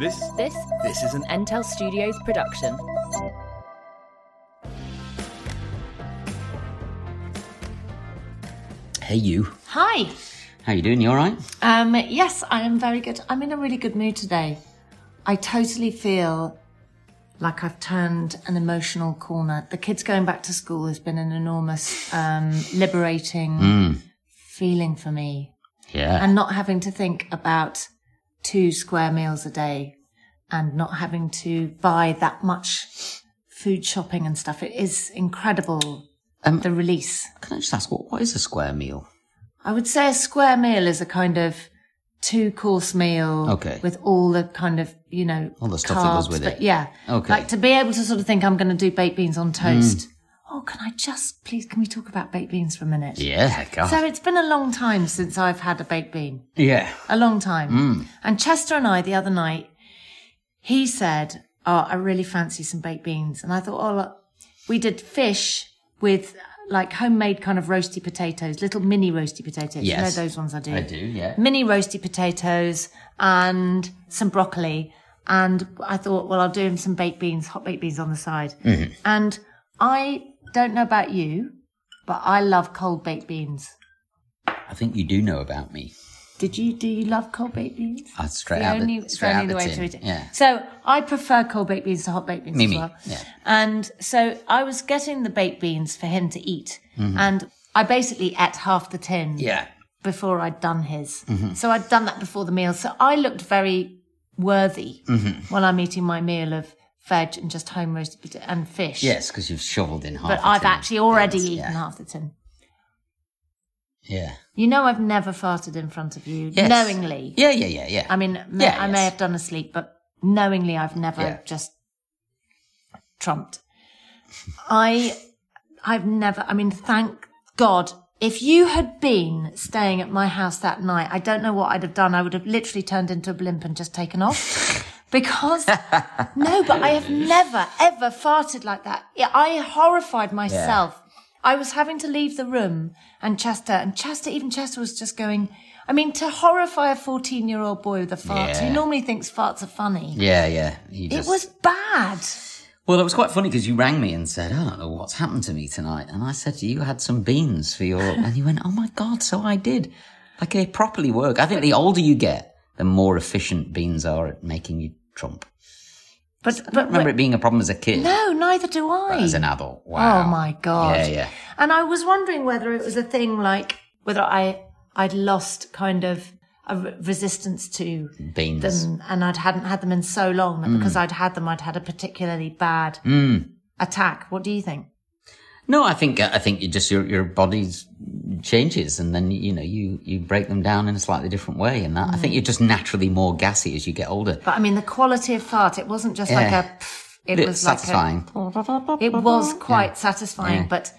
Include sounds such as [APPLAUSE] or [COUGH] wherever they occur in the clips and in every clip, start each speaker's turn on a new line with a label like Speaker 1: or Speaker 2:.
Speaker 1: This
Speaker 2: This
Speaker 1: this is an
Speaker 2: Entel Studios production.
Speaker 3: Hey you,
Speaker 4: Hi.
Speaker 3: how you doing? You all right?
Speaker 4: Um, yes, I am very good. I'm in a really good mood today. I totally feel like I've turned an emotional corner. The kids going back to school has been an enormous, um, liberating feeling for me.
Speaker 3: Yeah.
Speaker 4: And not having to think about two square meals a day and not having to buy that much food shopping and stuff. It is incredible,
Speaker 3: Um,
Speaker 4: the release.
Speaker 3: Can I just ask what what is a square meal?
Speaker 4: I would say a square meal is a kind of two course meal
Speaker 3: Okay.
Speaker 4: with all the kind of, you know,
Speaker 3: All the stuff
Speaker 4: carbs,
Speaker 3: that goes with
Speaker 4: but
Speaker 3: it.
Speaker 4: Yeah.
Speaker 3: Okay. Mm.
Speaker 4: Like to be able to sort of think I'm going to do baked beans on toast. Oh, can I just please, can we talk about baked beans for a minute?
Speaker 3: Yeah, God.
Speaker 4: So it's been a long time since I've had a baked bean.
Speaker 3: yeah.
Speaker 4: A long time.
Speaker 3: Mm.
Speaker 4: And Chester and I, the other night, he said, Oh, I really fancy some baked beans. And I thought, Oh, look, we did fish with like homemade kind of roasty potatoes, little mini roasty potatoes.
Speaker 3: Yes.
Speaker 4: You know those ones I do.
Speaker 3: I do, yeah.
Speaker 4: Mini roasty potatoes and some broccoli. And I thought, well, I'll do him some baked beans, hot baked beans on the side.
Speaker 3: Mm-hmm.
Speaker 4: And I don't know about you, but I love cold baked beans.
Speaker 3: I think you do know about me.
Speaker 4: Did you do you love cold baked beans?
Speaker 3: Uh, straight
Speaker 4: the
Speaker 3: out the-
Speaker 4: only, it's
Speaker 3: straight
Speaker 4: only
Speaker 3: out
Speaker 4: the
Speaker 3: the
Speaker 4: way
Speaker 3: tin,
Speaker 4: to eat it.
Speaker 3: yeah.
Speaker 4: So I prefer cold baked beans to hot baked beans
Speaker 3: Me, me,
Speaker 4: as well.
Speaker 3: yeah.
Speaker 4: And so I was getting the baked beans for him to eat, and I basically ate half the tin
Speaker 3: Mm-hmm. Yeah. Mm-hmm.
Speaker 4: before I'd done his. So I'd done that before the meal. So I looked very worthy
Speaker 3: Mm-hmm.
Speaker 4: while I'm eating my meal of veg and just home roasted pota- and fish.
Speaker 3: Yes, because you've shoveled in half.
Speaker 4: but
Speaker 3: a
Speaker 4: I've
Speaker 3: tin.
Speaker 4: actually already
Speaker 3: Yes,
Speaker 4: eaten
Speaker 3: yeah.
Speaker 4: half the tin.
Speaker 3: Yeah.
Speaker 4: You know, I've never farted in front of you
Speaker 3: Yes.
Speaker 4: knowingly.
Speaker 3: Yeah, yeah, yeah, yeah.
Speaker 4: I mean, may,
Speaker 3: Yeah,
Speaker 4: I may
Speaker 3: yes.
Speaker 4: have done asleep, but knowingly, I've never
Speaker 3: Yeah.
Speaker 4: just trumped. I, I've never. I mean, thank God. If you had been staying at my house that night, I don't know what I'd have done. I would have literally turned into a blimp and just
Speaker 3: [LAUGHS]
Speaker 4: taken off. Because no, but I have never ever farted like that. Yeah, I horrified myself. I was having to leave the room and Chester and Chester, even Chester was just going, I mean, to horrify a 14 year old boy with a fart
Speaker 3: Yeah.
Speaker 4: who normally thinks farts are funny.
Speaker 3: yeah, yeah. You
Speaker 4: It
Speaker 3: just-
Speaker 4: was bad.
Speaker 3: Well, it was quite funny because you rang me and said, "I don't know what's happened to me tonight," and I said, "You had some beans for
Speaker 4: [LAUGHS]
Speaker 3: your," and you went, "Oh my god!" So I did. Like they properly work. I think the older you get, the more efficient beans are at making you trump.
Speaker 4: But,
Speaker 3: I don't
Speaker 4: but
Speaker 3: remember it being a problem as a kid.
Speaker 4: no, neither do I.
Speaker 3: But as an adult, wow.
Speaker 4: Oh my God.
Speaker 3: Yeah, yeah.
Speaker 4: And I was wondering whether it was a thing like whether I, I'd lost kind of a re- resistance to
Speaker 3: Beans.
Speaker 4: them and I'd hadn't had them in so long
Speaker 3: Mm.
Speaker 4: that because I'd had them, I'd had a particularly bad attack. What do you think?
Speaker 3: No, I think uh, I think you just your your body's changes, and then you know you you break them down in a slightly different way, and that I
Speaker 4: Mm.
Speaker 3: think you're just naturally more gassy as you get older.
Speaker 4: But I mean, the quality of fart, it wasn't just like
Speaker 3: Yeah.
Speaker 4: a. Oh, Pff, it
Speaker 3: It's
Speaker 4: was
Speaker 3: satisfying.
Speaker 4: like a. It was quite satisfying,
Speaker 3: Yeah.
Speaker 4: but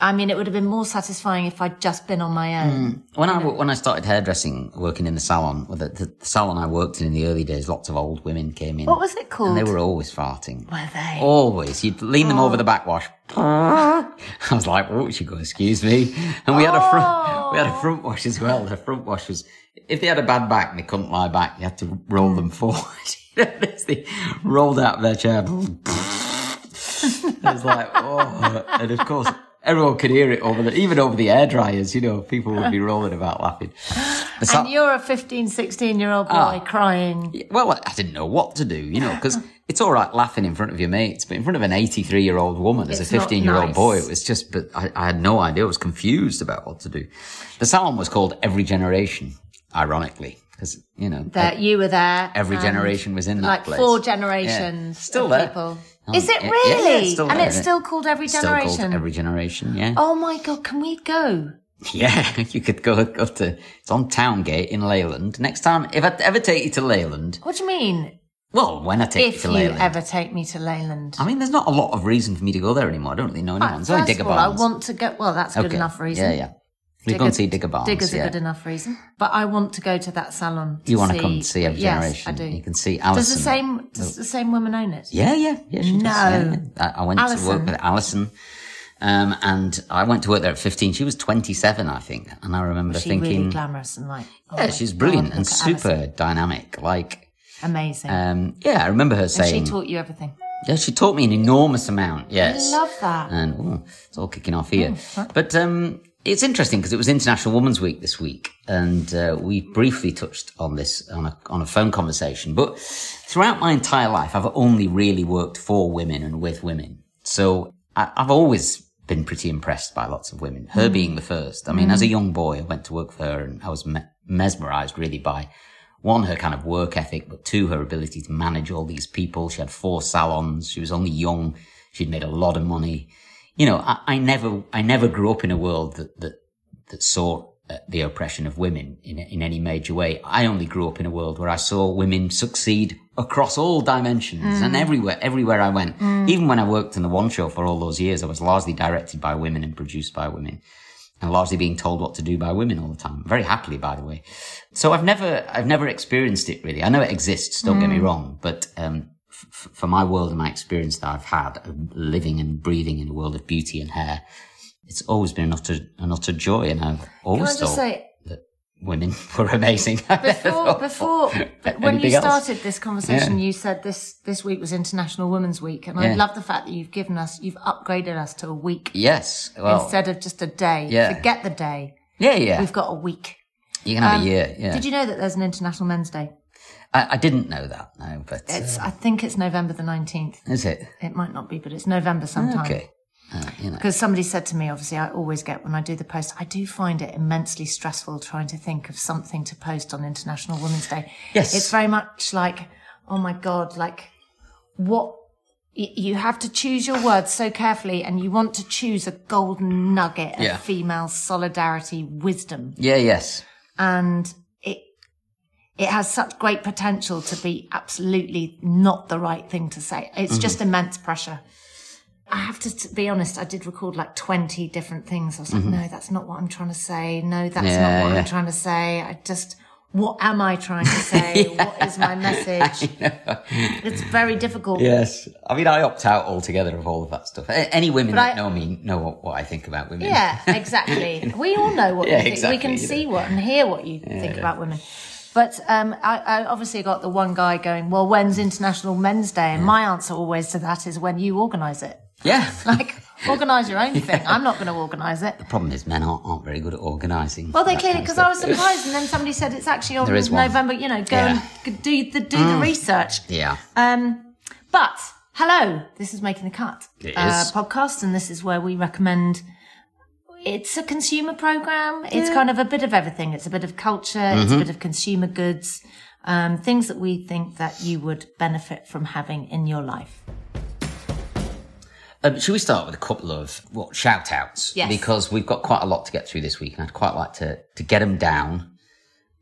Speaker 4: I mean, it would have been more satisfying if I'd just been on my own.
Speaker 3: When I when I started hairdressing, working in the salon, well, the, the salon I worked in in the early days, lots of old women came in.
Speaker 4: What was it
Speaker 3: And
Speaker 4: called?
Speaker 3: they were always farting.
Speaker 4: Were they?
Speaker 3: Always. You'd lean them over the backwash. [LAUGHS] I was like, oh, she go, excuse me. And we had a front, we had a front wash as well. The front wash was, if they had a bad back and they couldn't lie back, you had to roll them forward. [LAUGHS] You know, as they rolled out of their chair. [LAUGHS] I was like, oh. And of course, everyone could hear it over the, even over the air dryers, you know, people would be rolling about laughing. The sal-
Speaker 4: and you're a 15, 16 year old boy
Speaker 3: Ah.
Speaker 4: crying.
Speaker 3: well, I didn't know what to do, you know,
Speaker 4: [LAUGHS]
Speaker 3: because it's all right laughing in front of your mates, but in front of an 83 year old woman as a
Speaker 4: It's not
Speaker 3: 15 year old
Speaker 4: nice.
Speaker 3: boy, it was just, but I, I had no idea. I was confused about what to do. The salon was called Every Generation, ironically, because, you know,
Speaker 4: That you were there.
Speaker 3: every
Speaker 4: and
Speaker 3: generation was in that
Speaker 4: Like
Speaker 3: place.
Speaker 4: four
Speaker 3: Yeah.
Speaker 4: generations.
Speaker 3: Still
Speaker 4: of
Speaker 3: there.
Speaker 4: People.
Speaker 3: Um,
Speaker 4: Is it
Speaker 3: yeah, yeah,
Speaker 4: really?
Speaker 3: it's still
Speaker 4: and
Speaker 3: there.
Speaker 4: it's still called every
Speaker 3: Still
Speaker 4: generation.
Speaker 3: called Every Generation, yeah.
Speaker 4: Oh my God, can we go?
Speaker 3: [LAUGHS] Yeah, you could go go to it's on Towngate in Leyland. Next time, if I ever take you to Leyland,
Speaker 4: What do you mean?
Speaker 3: well, when I take
Speaker 4: if
Speaker 3: you
Speaker 4: you
Speaker 3: to Leyland,
Speaker 4: ever take me to Leyland.
Speaker 3: I mean, there's not a lot of reason for me to go there anymore. I don't really know
Speaker 4: Right,
Speaker 3: anyone. It's only
Speaker 4: first
Speaker 3: Digger
Speaker 4: of all, I
Speaker 3: Barnes.
Speaker 4: want to go. Well, that's good
Speaker 3: Okay,
Speaker 4: enough reason.
Speaker 3: Yeah, yeah. We go and see Digger Barnes.
Speaker 4: Digger's
Speaker 3: yeah.
Speaker 4: a good enough reason. But I want to go to that salon. To
Speaker 3: You
Speaker 4: want to
Speaker 3: come and see Every Generation.
Speaker 4: Yes, I do.
Speaker 3: You can see
Speaker 4: does
Speaker 3: Alison.
Speaker 4: the same does the same woman own it?
Speaker 3: Yeah, yeah, yeah. She does,
Speaker 4: No.
Speaker 3: yeah. I, I went to
Speaker 4: Alison.
Speaker 3: work with Alison, um, and I went to work there at 15. She was 27, I think, and I remember
Speaker 4: Is she
Speaker 3: thinking,
Speaker 4: really glamorous and like oh
Speaker 3: yeah,
Speaker 4: my
Speaker 3: she's
Speaker 4: God,
Speaker 3: brilliant
Speaker 4: look
Speaker 3: and
Speaker 4: at
Speaker 3: super
Speaker 4: Alison.
Speaker 3: dynamic. Like,
Speaker 4: amazing.
Speaker 3: um, yeah, I remember her
Speaker 4: and she
Speaker 3: saying,
Speaker 4: taught you everything.
Speaker 3: yeah, she taught me an enormous amount. Yes, Uh,
Speaker 4: I love that.
Speaker 3: and ooh, it's all kicking off here. but um, it's interesting because it was International Women's Week this week, and uh, we briefly touched on this on a, on a phone conversation. But throughout my entire life, I've only really worked for women and with women, so I, I've always been pretty impressed by lots of women. Her being the first. I mean, as a young boy, I went to work for her, and I was me- mesmerized really by. One, her kind of work ethic, but two, her ability to manage all these people. She had four salons. She was only young. She'd made a lot of money you know, I, I never, I never grew up in a world that that that saw uh, the oppression of women in in any major way. I only grew up in a world where I saw women succeed across all dimensions and everywhere, everywhere I went. Even when I worked in the One Show for all those years, I was largely directed by women and produced by women. And largely being told what to do by women all the time, very happily, by the way. So I've never, I've never experienced it really. I know it exists. Don't
Speaker 4: Mm.
Speaker 3: get me wrong, but um, f- for my world and my experience that I've had of living and breathing in the world of beauty and hair, it's always been an utter, an utter joy. And I've
Speaker 4: Can I
Speaker 3: always thought [LAUGHS]
Speaker 4: just say
Speaker 3: women [LAUGHS] were amazing.
Speaker 4: before before but when you
Speaker 3: Anything else?
Speaker 4: started this conversation you said this this week was International Women's Week and I
Speaker 3: Yeah.
Speaker 4: love the fact that you've given us you've upgraded us to a week
Speaker 3: yes. Well,
Speaker 4: instead of just a day.
Speaker 3: Yeah.
Speaker 4: Forget the day.
Speaker 3: yeah, yeah.
Speaker 4: We've got a week.
Speaker 3: you can have
Speaker 4: Um,
Speaker 3: a year. Yeah.
Speaker 4: Did you know that there's an International Men's Day?
Speaker 3: I, I didn't know that. No, but uh,
Speaker 4: It's I think it's November the 19th.
Speaker 3: is it?
Speaker 4: It might not be, but it's November sometime.
Speaker 3: Ah, Okay. Uh, you know.
Speaker 4: Because somebody said to me, obviously, I always get when I do the post, I do find it immensely stressful trying to think of something to post on International Women's Day.
Speaker 3: Yes.
Speaker 4: It's very much like, oh my God, like what? y- You have to choose your words so carefully, and you want to choose a golden nugget of
Speaker 3: Yeah.
Speaker 4: female solidarity wisdom.
Speaker 3: Yeah. Yes.
Speaker 4: and it it has such great potential to be absolutely not the right thing to say. It's
Speaker 3: Mm-hmm.
Speaker 4: just immense pressure. I have to, t be honest. I did record like twenty different things. I was like, no, that's not what I'm trying to say. No, that's
Speaker 3: Mm-hmm. Yeah,
Speaker 4: not what
Speaker 3: yeah.
Speaker 4: I'm trying to say. I just, what am I trying to
Speaker 3: [LAUGHS]
Speaker 4: say? What is my message? It's very difficult.
Speaker 3: Yes. I mean, I opt out altogether of all of that stuff. A- Any women
Speaker 4: But
Speaker 3: that
Speaker 4: I-
Speaker 3: know me know what, what I think about women.
Speaker 4: Yeah,
Speaker 3: [LAUGHS]
Speaker 4: exactly. we all know what
Speaker 3: Yeah,
Speaker 4: you think.
Speaker 3: exactly,
Speaker 4: we can
Speaker 3: yeah.
Speaker 4: see what and hear what you think about women. But um, I, I obviously got the one guy going, well, when's International Men's Day? And my answer always to that is when you organise it. [LAUGHS]
Speaker 3: Yeah. [LAUGHS]
Speaker 4: Like, organise your own thing. I'm not going to organise it.
Speaker 3: Problem is, men aren't, aren't very good at organising.
Speaker 4: Well, they
Speaker 3: that
Speaker 4: clearly,
Speaker 3: kind of
Speaker 4: because
Speaker 3: stuff.
Speaker 4: I was surprised, and then somebody said it's actually on
Speaker 3: There is one.
Speaker 4: November, you know, go
Speaker 3: Yeah. Mm.
Speaker 4: and do the, do the research.
Speaker 3: [LAUGHS] Yeah.
Speaker 4: Um, but hello, this is making the cut
Speaker 3: It
Speaker 4: uh,
Speaker 3: is.
Speaker 4: podcast, and this is where we recommend. It's a consumer program. It's kind of a bit of everything. It's a bit of culture. It's
Speaker 3: Mm-hmm.
Speaker 4: a bit of consumer goods. Um, things that we think that you would benefit from having in your life.
Speaker 3: Um, should we start with a couple of what shout outs?
Speaker 4: Yes.
Speaker 3: Because we've got quite a lot to get through this week, and I'd quite like to, to get them down.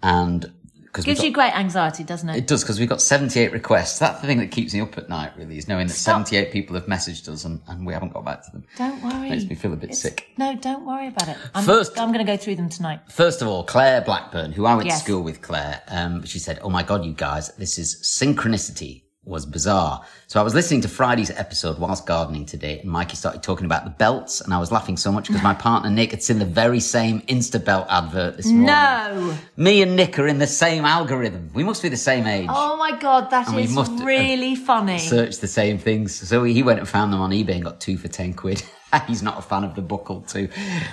Speaker 3: And because
Speaker 4: Gives you great anxiety, doesn't it?
Speaker 3: it does, because we've got 78 requests. That's the thing that keeps me up at night, really, is knowing that
Speaker 4: Stop.
Speaker 3: 78 people have messaged us and, and we haven't got back to them.
Speaker 4: don't worry.
Speaker 3: Makes me feel a bit sick.
Speaker 4: No, don't worry about it. I'm,
Speaker 3: First-
Speaker 4: I'm going to go through them tonight.
Speaker 3: First of all, Claire Blackburn, who I went
Speaker 4: Yes.
Speaker 3: to school with, Claire, um, she said, Oh my God, you guys, this is synchronicity was bizarre. So I was listening to Friday's episode whilst gardening today, and Mikey started talking about the belts, and I was laughing so much because
Speaker 4: [LAUGHS]
Speaker 3: my partner Nick had seen the very same Insta belt advert this morning.
Speaker 4: No.
Speaker 3: Me and Nick are in the same algorithm. We must be the same age.
Speaker 4: Oh my god, that
Speaker 3: we
Speaker 4: is
Speaker 3: must- uh,
Speaker 4: really funny.
Speaker 3: Searched the same things. So he went and found them on eBay and got two for 10 quid. [LAUGHS] He's not a fan of the buckle, too.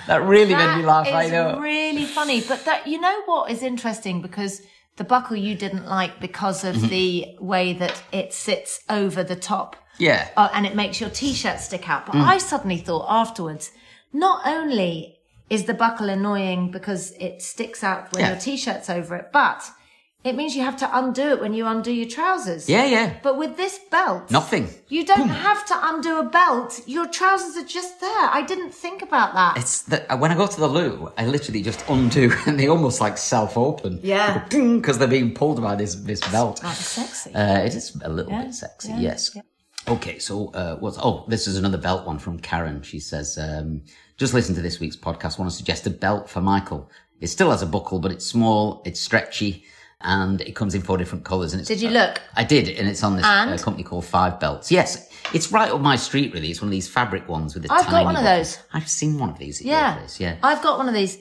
Speaker 3: That really
Speaker 4: That
Speaker 3: made me laugh.
Speaker 4: is
Speaker 3: I know.
Speaker 4: really funny. But that you know what is interesting because the buckle you didn't like because
Speaker 3: Mm-hmm.
Speaker 4: of the way that it sits over the top
Speaker 3: yeah.
Speaker 4: uh, and it makes your t-shirt stick out.
Speaker 3: Mm.
Speaker 4: But I suddenly thought afterwards, not only is the buckle annoying because it sticks out when
Speaker 3: Yeah.
Speaker 4: your t-shirt's over it, but It means you have to undo it when you undo your trousers.
Speaker 3: Yeah, yeah.
Speaker 4: But with this belt,
Speaker 3: Nothing.
Speaker 4: You don't have to undo a belt. Your trousers are just there. I didn't think about that.
Speaker 3: It's that when I go to the loo, I literally just undo, [LAUGHS] and they almost like self-open.
Speaker 4: Yeah.
Speaker 3: because they're being pulled by this this belt.
Speaker 4: That's sexy.
Speaker 3: Uh, it is a little
Speaker 4: Yeah,
Speaker 3: bit sexy,
Speaker 4: yeah,
Speaker 3: yes.
Speaker 4: yeah.
Speaker 3: Okay, so uh, what's oh, this is another belt one from Karen. She says, um, "Just listen to this week's podcast. Want to suggest a belt for Michael? It still has a buckle, but it's small, it's stretchy, and it comes in four different colours. And it's
Speaker 4: Did you look?
Speaker 3: I did, and it's on this uh,
Speaker 4: And?
Speaker 3: company called Five Belts. Yes, it's right up my street. Really, it's one of these fabric ones with the.
Speaker 4: I've got
Speaker 3: tiny
Speaker 4: one of
Speaker 3: buckle.
Speaker 4: those.
Speaker 3: I've seen one of these. At yeah,
Speaker 4: Yeah.
Speaker 3: your place. yeah. Um,
Speaker 4: I've got one of these.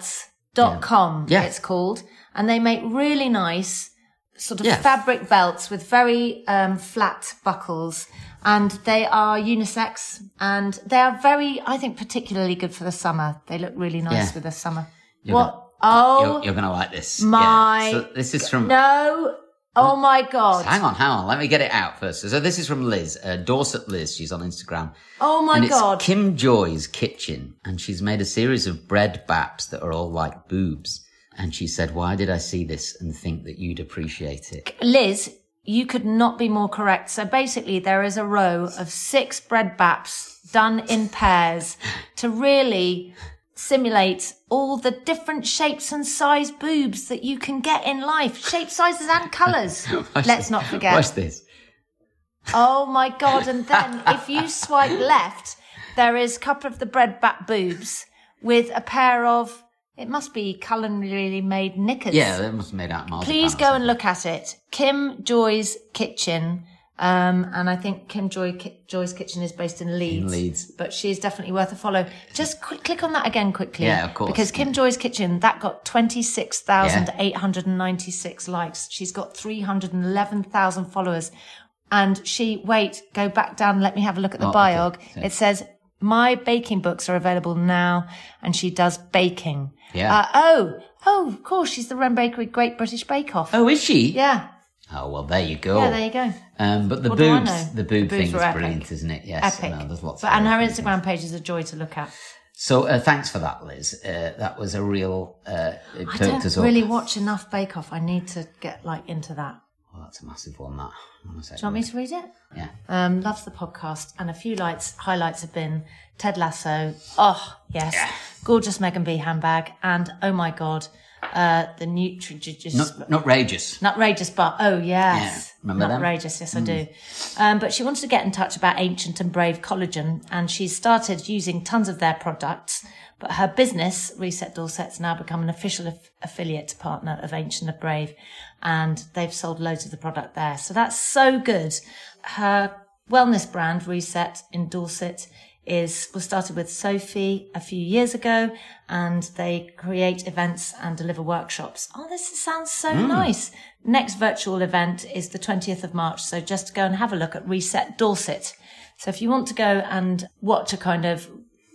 Speaker 4: Fivebelts.com,
Speaker 3: Yeah.
Speaker 4: it's called. And they make really nice sort of
Speaker 3: Yeah.
Speaker 4: fabric belts with very um, flat buckles. And they are unisex and they are very, I think, particularly good for the summer. They look really nice
Speaker 3: Yeah.
Speaker 4: with the summer.
Speaker 3: You're
Speaker 4: what?
Speaker 3: gonna-
Speaker 4: oh,
Speaker 3: you're, you're gonna like this.
Speaker 4: my
Speaker 3: Yeah. So this is from.
Speaker 4: no. Oh my God.
Speaker 3: Hang on, hang on. Let me get it out first. So this is from Liz, uh, Dorset Liz. She's on Instagram.
Speaker 4: Oh my
Speaker 3: and it's
Speaker 4: God.
Speaker 3: Kim Joy's kitchen, and she's made a series of bread baps that are all like boobs. And she said, "Why did I see this and think that you'd appreciate it?"
Speaker 4: Liz, you could not be more correct. So basically, there is a row of six bread baps done in pairs to really simulate all the different shapes and size boobs that you can get in life shape sizes and colors
Speaker 3: Watch
Speaker 4: let's
Speaker 3: this. [LAUGHS]
Speaker 4: not forget
Speaker 3: Watch this.
Speaker 4: oh my god and then if you swipe left there is a couple of the bread bat boobs with a pair of it must be culinarily made knickers
Speaker 3: Yeah, that must have made out. of marzipan
Speaker 4: please
Speaker 3: or
Speaker 4: go and
Speaker 3: something.
Speaker 4: look at it. Kim Joy's Kitchen. Um, and I think Kim Joy, Ki- Joy's Kitchen is based in Leeds.
Speaker 3: Leeds.
Speaker 4: But she is definitely worth a follow. Just qu- click on that again quickly.
Speaker 3: Yeah, of course.
Speaker 4: Because Kim Joy's Kitchen, that got 26,896 likes. She's got 311,000 followers. And she, wait, go back down. Let me have a look at the
Speaker 3: Oh, okay.
Speaker 4: biog.
Speaker 3: So-
Speaker 4: It says, my baking books are available now. And she does baking.
Speaker 3: Yeah.
Speaker 4: Uh, oh, oh, of course. She's the Wren Bakery Great British Bake Off.
Speaker 3: Oh, is she?
Speaker 4: Yeah.
Speaker 3: Oh well, there you go.
Speaker 4: Yeah, there you go.
Speaker 3: Um, but the
Speaker 4: What do I
Speaker 3: boobs,
Speaker 4: know?
Speaker 3: the boob
Speaker 4: The boobs
Speaker 3: thing is
Speaker 4: were epic.
Speaker 3: brilliant, isn't it? Yes,
Speaker 4: Epic.
Speaker 3: no, there's lots.
Speaker 4: but, and
Speaker 3: of
Speaker 4: her Instagram page is a joy to look at.
Speaker 3: So uh, thanks for that, Liz. Uh, that was a real. Uh, it
Speaker 4: I
Speaker 3: perked
Speaker 4: don't
Speaker 3: us up.
Speaker 4: really watch enough Bake Off. I need to get like into that.
Speaker 3: Well, Oh, that's a massive one. That. One
Speaker 4: Do you want me to read it?
Speaker 3: Yeah.
Speaker 4: Um, loves the podcast, and a few lights highlights have been Ted Lasso. Oh yes, gorgeous Megan B handbag, and oh my god, uh, the nutri
Speaker 3: Not, not rageous.
Speaker 4: Nutrageous Bar. Oh, yes.
Speaker 3: Yeah, remember them? Hmm.
Speaker 4: Nutrageous, yes, I do. Um, but she wanted to get in touch about Ancient and Brave Collagen, and she started using tons of their products. But her business, Reset Dorset's now become an official aff- affiliate partner of Ancient and Brave, and they've sold loads of the product there. So that's so good. Her wellness brand, Reset in Dorset, is was started with Sophie a few years ago, and they create events and deliver workshops. Oh, this sounds so nice. Next virtual event is the 20th of March, so just go and have a look at Reset Dorset. So if you want to go and watch a kind of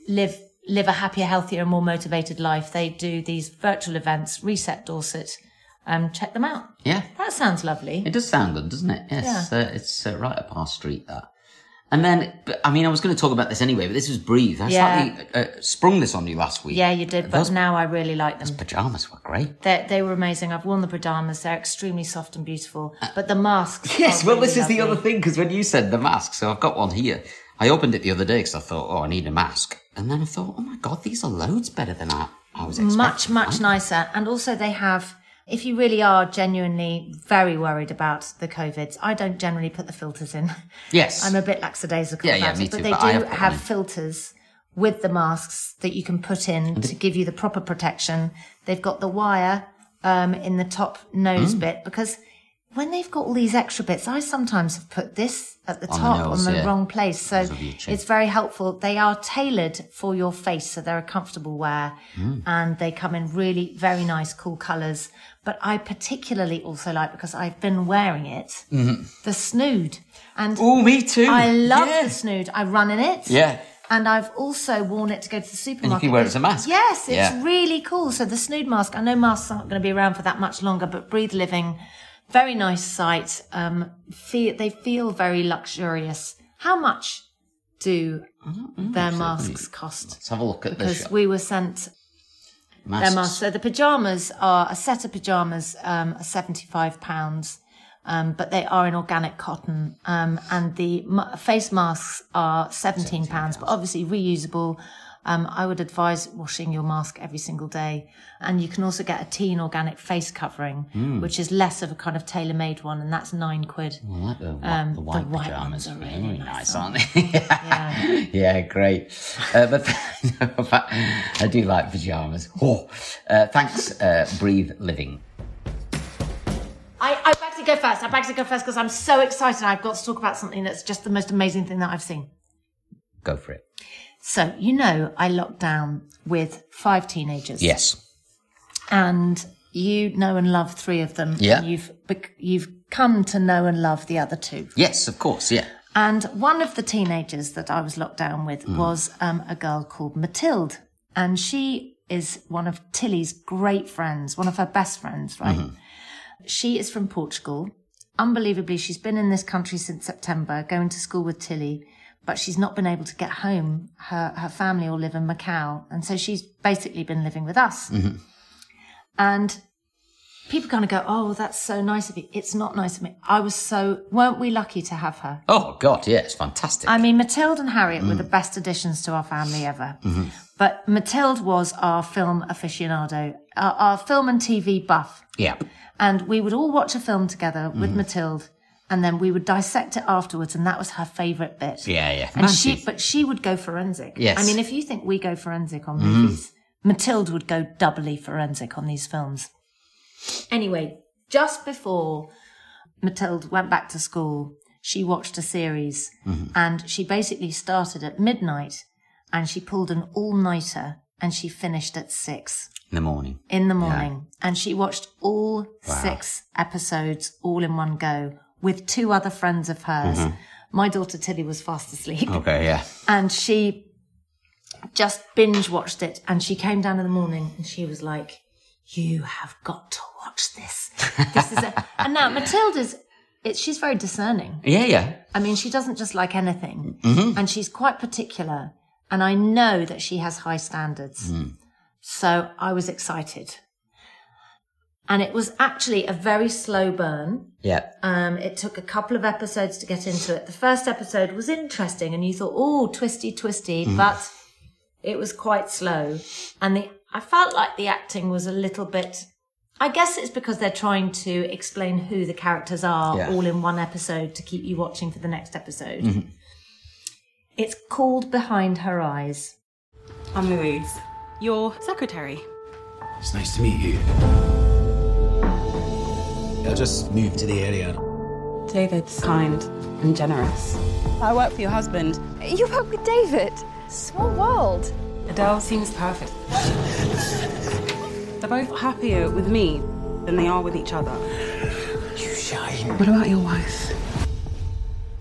Speaker 4: live live a happier, healthier, and more motivated life, they do these virtual events. Reset Dorset, um, check them out.
Speaker 3: Yeah.
Speaker 4: That sounds lovely.
Speaker 3: It does sound good, doesn't it? Yes, uh, it's uh, right up our street. That, and then but, I mean, I was going to talk about this anyway, but this was breathe. I
Speaker 4: Yeah.
Speaker 3: slightly uh, uh, sprung this on you last week.
Speaker 4: Yeah, you did, but now I really like them.
Speaker 3: Pajamas were great.
Speaker 4: They, they were amazing. I've worn the pajamas. They're extremely soft and beautiful. But the masks.
Speaker 3: Yes,
Speaker 4: are
Speaker 3: well,
Speaker 4: Oh, really
Speaker 3: this is the
Speaker 4: lovely.
Speaker 3: other thing because when you said the mask, so I've got one here. I opened it the other day because I thought, oh, I need a mask, and then I thought, oh my god, these are loads better than I, I was expecting.
Speaker 4: Much, much nicer. And also, they have, if you really are genuinely very worried about the COVIDs, I don't generally put the filters in. [LAUGHS]
Speaker 3: Yes,
Speaker 4: I'm a bit lackadaisical
Speaker 3: Yeah,
Speaker 4: about
Speaker 3: yeah,
Speaker 4: it,
Speaker 3: me
Speaker 4: but
Speaker 3: too,
Speaker 4: they
Speaker 3: but
Speaker 4: do
Speaker 3: I have put them
Speaker 4: have
Speaker 3: in.
Speaker 4: filters with the masks that you can put in to give you the proper protection. They've got the wire um, in the top nose
Speaker 3: Mm.
Speaker 4: bit because when they've got all these extra bits, I sometimes have put this at the
Speaker 3: On the
Speaker 4: top
Speaker 3: nose,
Speaker 4: on the
Speaker 3: yeah.
Speaker 4: wrong place. So
Speaker 3: Because of your chin.
Speaker 4: it's very helpful. They are tailored for your face, so they're a comfortable wear
Speaker 3: Mm.
Speaker 4: and they come in really very nice, cool colors. But I particularly also like because I've been wearing it, the snood. And
Speaker 3: Oh, Mm-hmm. me too.
Speaker 4: I love
Speaker 3: yeah.
Speaker 4: the snood. I run in it.
Speaker 3: Yeah.
Speaker 4: And I've also worn it to go to the supermarket.
Speaker 3: wear it as a mask.
Speaker 4: Yes, it's
Speaker 3: Yeah.
Speaker 4: really cool. So the snood mask, I know masks aren't going to be around for that much longer, but Breathe Living, very nice site. Um, feel, they feel very luxurious. How much
Speaker 3: Mm-hmm.
Speaker 4: do their masks cost?
Speaker 3: Let's have a look at this.
Speaker 4: Because we were sent
Speaker 3: Masks.
Speaker 4: Their masks. So the pajamas are a set of pajamas, um, are seventy-five pounds, um, but they are in organic cotton, um, and the ma- face masks are seventeen pounds, but obviously reusable. Um, I would advise washing your mask every single day, and you can also get a teen organic face covering,
Speaker 3: Hmm.
Speaker 4: which is less of a kind of tailor-made one, and that's nine quid.
Speaker 3: I like the, whi-
Speaker 4: Um,
Speaker 3: the white
Speaker 4: the white
Speaker 3: pajamas.
Speaker 4: ones are
Speaker 3: They're
Speaker 4: really
Speaker 3: really nice,
Speaker 4: nice,
Speaker 3: aren't they? [LAUGHS] yeah. great. Uh, but [LAUGHS] I do like pajamas. Oh, uh, thanks, uh, Breathe Living.
Speaker 4: I, I beg to go first. I beg to go first because I'm so excited. I've got to talk about something that's just the most amazing thing that I've seen.
Speaker 3: Go for it.
Speaker 4: So, you know, I locked down with five teenagers.
Speaker 3: Yes.
Speaker 4: And you know and love three of them.
Speaker 3: Yeah.
Speaker 4: And you've, bec- you've come to know and love the other two.
Speaker 3: Yes, of course. Yeah.
Speaker 4: And one of the teenagers that I was locked down with was um, a girl called Matilde. And she is one of Tilly's great friends, one of her best friends, right? She is from Portugal. Unbelievably, she's been in this country since September, going to school with Tilly, but she's not been able to get home. Her, her family all live in Macau. And so she's basically been living with us. And people kind of go, Oh, that's so nice of you. It's not nice of me. I was so, weren't we lucky to have her?
Speaker 3: Oh God, yeah, it's fantastic.
Speaker 4: I mean, Matilda and Harriet were the best additions to our family ever. But Matilda was our film aficionado, our, our film and TV buff.
Speaker 3: yeah.
Speaker 4: And we would all watch a film together with Matilda and then we would dissect it afterwards. And that was her favorite bit.
Speaker 3: Yeah, yeah.
Speaker 4: And
Speaker 3: Nancy.
Speaker 4: she, but she would go forensic.
Speaker 3: Yes.
Speaker 4: I mean, if you think we go forensic on movies, Matilda would go doubly forensic on these films. Anyway, just before Matilda went back to school, she watched a series and she basically started at midnight and she pulled an all nighter and she finished at six
Speaker 3: in the morning.
Speaker 4: in the morning. And she watched all six episodes all in one go with two other friends of hers. My daughter Tilly was fast asleep
Speaker 3: Okay. Yeah.
Speaker 4: and she just binge watched it and she came down in the morning and she was like you have got to watch this this is a [LAUGHS] and now matilda's it, she's very discerning
Speaker 3: Yeah. Yeah.
Speaker 4: i mean she doesn't just like anything and she's quite particular and i know that she has high standards so i was excited and it was actually a very slow burn
Speaker 3: Yeah.
Speaker 4: um, it took a couple of episodes to get into it. The first episode was interesting, and you thought, "Oh, twisty, twisty,"
Speaker 3: Mm.
Speaker 4: but it was quite slow. And the I felt like the acting was a little bit. I guess it's because they're trying to explain who the characters are
Speaker 3: Yeah. Mm-hmm.
Speaker 4: all in one episode to keep you watching for the next episode. It's called Behind Her Eyes.
Speaker 1: I'm Louise, your secretary.
Speaker 5: It's nice to meet you. I just moved to the area.
Speaker 1: David's kind and generous. I work for your husband.
Speaker 6: You work with David. Small world.
Speaker 1: Adele seems perfect. They're both happier with me than they are with each other.
Speaker 7: What about your wife?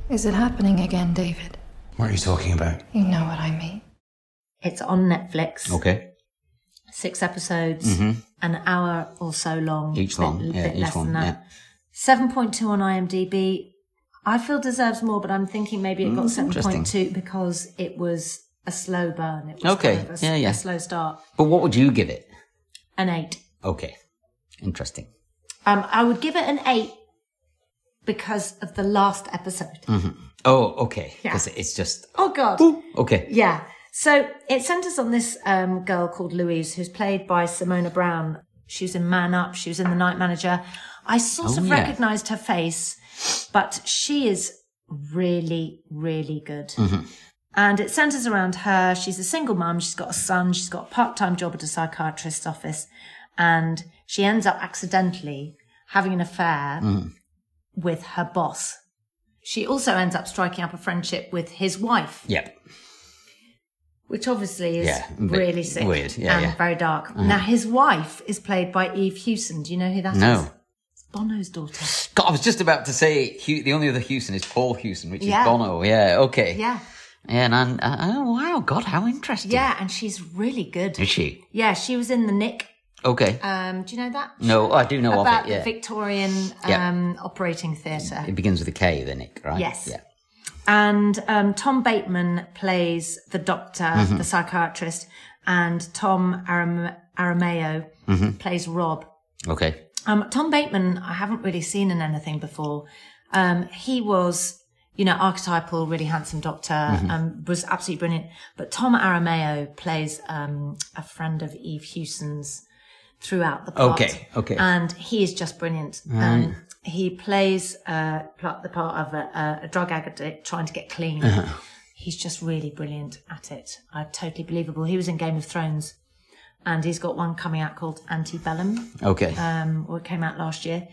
Speaker 6: Is it happening again, David?
Speaker 5: What are you talking about?
Speaker 6: You know what I mean.
Speaker 4: It's on Netflix.
Speaker 3: Okay. Mm-hmm.
Speaker 4: Six episodes, an hour or so long.
Speaker 3: Each
Speaker 4: bit-
Speaker 3: long. Yeah.
Speaker 4: bit
Speaker 3: Each
Speaker 4: less
Speaker 3: one.
Speaker 4: than that.
Speaker 3: Yeah.
Speaker 4: 7.2 on IMDb. I feel deserves more, but I'm thinking maybe it got
Speaker 3: Mm, interesting.
Speaker 4: 7.2 because it was a slow burn. It was
Speaker 3: Okay,
Speaker 4: kind of a, s-
Speaker 3: yeah, yeah.
Speaker 4: a slow start.
Speaker 3: But what would you give it?
Speaker 4: An eight.
Speaker 3: Okay. Interesting.
Speaker 4: Um, I would give it an eight because of the last episode.
Speaker 3: Oh, okay.
Speaker 4: Yeah.
Speaker 3: Because it's just
Speaker 4: Oh God.
Speaker 3: okay.
Speaker 4: Yeah. So it centers on this um, girl called Louise, who's played by Simona Brown. She was in Man Up. She was in The Night Manager. I sort
Speaker 3: Oh,
Speaker 4: of
Speaker 3: yeah.
Speaker 4: recognised her face, but she is really, really good.
Speaker 3: Mm-hmm.
Speaker 4: And it centres around her. She's a single mum. She's got a son. She's got a part-time job at a psychiatrist's office, and she ends up accidentally having an affair
Speaker 3: Mm-hmm.
Speaker 4: with her boss. She also ends up striking up a friendship with his wife
Speaker 3: Yep.
Speaker 4: which obviously is
Speaker 3: Yeah, a bit
Speaker 4: really sick
Speaker 3: weird. Yeah,
Speaker 4: and
Speaker 3: yeah. Mm-hmm.
Speaker 4: very dark. Now, his wife is played by Eve Hewson. Do you know who that is?
Speaker 3: No.
Speaker 4: It's Bono's daughter.
Speaker 3: God, I was just about to say Hu the only other Hewson is Paul Hewson, which
Speaker 4: Yeah.
Speaker 3: is Bono. Yeah. Okay.
Speaker 4: Yeah.
Speaker 3: Yeah, and I'm, uh, oh wow, God, how interesting.
Speaker 4: Yeah, and she's really good.
Speaker 3: Is she?
Speaker 4: Yeah, she was in The Nick.
Speaker 3: Okay.
Speaker 4: Um, do you know that?
Speaker 3: no, I do know of
Speaker 4: About
Speaker 3: it. Yeah.
Speaker 4: the Victorian
Speaker 3: Yeah. Mm-hmm.
Speaker 4: um, operating theatre.
Speaker 3: it begins with a K, the Nick, right?
Speaker 4: Yes.
Speaker 3: Yeah.
Speaker 4: And um, Tom
Speaker 3: Mm-hmm.
Speaker 4: Bateman plays the doctor, the psychiatrist, and Tom Aram- Arameo
Speaker 3: Mm-hmm.
Speaker 4: plays Rob.
Speaker 3: Okay.
Speaker 4: Um, Tom Bateman, I haven't really seen in anything before. Um, he was, you know, archetypal, really handsome doctor,
Speaker 3: Mm-hmm.
Speaker 4: um, was absolutely brilliant. But Tom Arameo plays um, a friend of Eve Hewson's throughout the plot.
Speaker 3: Okay, okay.
Speaker 4: And he is just brilliant. Um, he plays uh, pl- the part of a, a drug addict trying to get clean.
Speaker 3: Uh-huh.
Speaker 4: He's just really brilliant at it. I totally believable. He was in Game of Thrones, and he's got one coming out called Antebellum
Speaker 3: Okay.
Speaker 4: um, or it came out last year.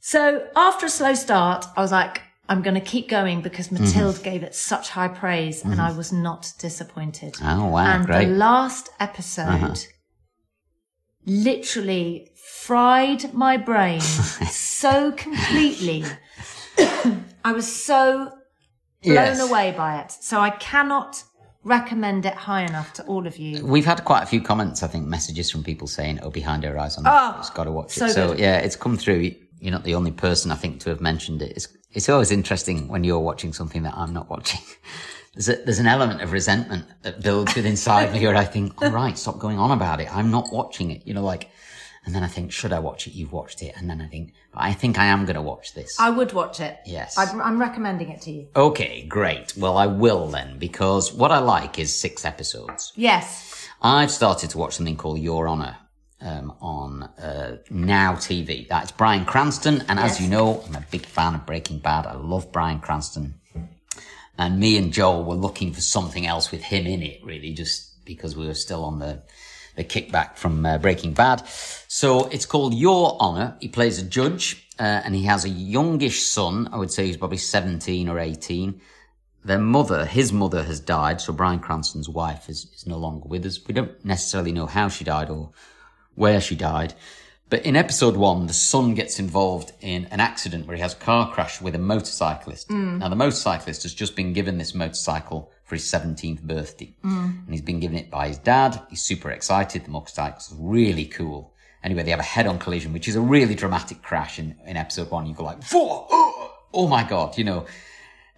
Speaker 4: So after a slow start, I was like, I'm going to keep going because
Speaker 3: Mm-hmm.
Speaker 4: Matilda gave it such high praise and I was not disappointed.
Speaker 3: Oh, wow,
Speaker 4: And
Speaker 3: great. Uh-huh.
Speaker 4: the last episode literally fried
Speaker 3: [LAUGHS]
Speaker 4: my brain so completely. [COUGHS] I was so blown
Speaker 3: Yes.
Speaker 4: away by it. So I cannot recommend it high enough to all of you.
Speaker 3: We've had quite a few comments, I think, messages from people saying, "Oh, behind her eyes, on
Speaker 4: Oh,
Speaker 3: it's got to watch
Speaker 4: so
Speaker 3: it." So
Speaker 4: good.
Speaker 3: yeah, it's come through. You're not the only person I think to have mentioned it. It's it's always interesting when you're watching something that I'm not watching. [LAUGHS] There's a, there's an element of resentment that builds within inside me, where I think, "All right, stop going on about it. I'm not watching it." You know, like, and then I think, "Should I watch it?" You've watched it, and then I think, "But I think I am going to watch this."
Speaker 4: I would watch it.
Speaker 3: Yes.
Speaker 4: I'm, I'm recommending it to you.
Speaker 3: okay, great. Well, I will then because what I like is six episodes.
Speaker 4: Yes.
Speaker 3: I've started to watch something called Your Honor um, on uh, Now TV. That's Brian Cranston, and as you know, I'm a big fan of Breaking Bad. I love Brian Cranston, and me and Joel were looking for something else with him in it, really, just because we were still on the the kickback from uh, Breaking Bad. So it's called Your Honor. He plays a judge, uh, and he has a youngish son. I would say he's probably seventeen or eighteen their mother, his mother, has died. So Brian Cranston's wife is, is no longer with us. We don't necessarily know how she died or where she died. But in episode one, the son gets involved in an accident where he has a car crash with a motorcyclist. Now, the motorcyclist has just been given this motorcycle for his 17th birthday. And he's been given it by his dad. He's super excited. The motorcycle's really cool. Anyway, they have a head on collision, which is a really dramatic crash in, in episode one. You go like, "Whoa! oh, oh my God, you know.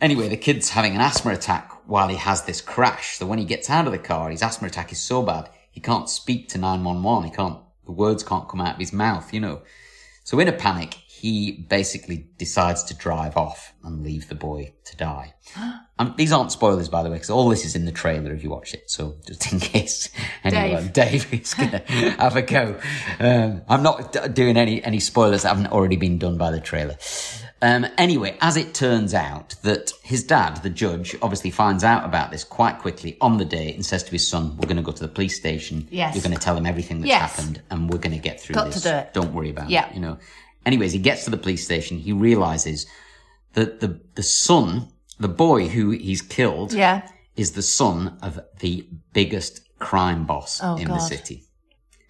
Speaker 3: Anyway, the kid's having an asthma attack while he has this crash. So when he gets out of the car, his asthma attack is so bad, he can't speak to 911. He can't, the words can't come out of his mouth, you know. So in a panic, he basically decides to drive off and leave the boy to
Speaker 4: [GASPS]
Speaker 3: die. Um, these aren't spoilers, by the way, because all this is in the trailer if you watch it. So just in [LAUGHS] case anyone, [LAUGHS] Dave, is going to
Speaker 4: [LAUGHS]
Speaker 3: have a go. Um, I'm not d- doing any, any spoilers that haven't already been done by the trailer. Um, anyway, as it turns out that his dad, the judge, obviously finds out about this quite quickly on the day and says to his son, we're going to go to the police station.
Speaker 4: Yes.
Speaker 3: You're going to tell him everything that's
Speaker 4: Yes.
Speaker 3: happened and we're going to get through
Speaker 4: Got to
Speaker 3: this.
Speaker 4: do it.
Speaker 3: Don't worry about
Speaker 4: Yeah.
Speaker 3: it. You know, anyways, he gets to the police station. He realizes that the, the son, the boy who he's killed
Speaker 4: Yeah.
Speaker 3: is the son of the biggest crime boss
Speaker 4: Oh,
Speaker 3: in the
Speaker 4: God.
Speaker 3: city.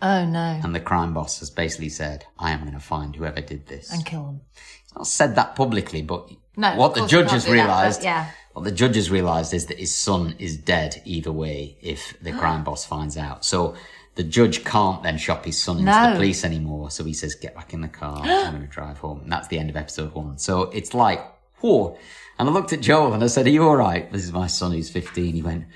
Speaker 4: Oh no.
Speaker 3: And the crime boss has basically said, I am going to find whoever did this.
Speaker 4: and kill them.
Speaker 3: He's not said that publicly, but
Speaker 4: No,
Speaker 3: what
Speaker 4: of
Speaker 3: the
Speaker 4: course you
Speaker 3: judge
Speaker 4: can't
Speaker 3: has
Speaker 4: do that, but
Speaker 3: realised,
Speaker 4: yeah.
Speaker 3: [LAUGHS] what the judge has realised is that his son is dead either way if
Speaker 4: [GASPS]
Speaker 3: the crime boss finds out. So the judge can't then shop his son into
Speaker 4: No.
Speaker 3: the police anymore. So he says, get back in the
Speaker 4: [GASPS]
Speaker 3: car. I'm going to drive home. And that's the end of episode one. So it's like, whoa. And I looked at Joel and I said, are you all right? This is my son who's 15. He went,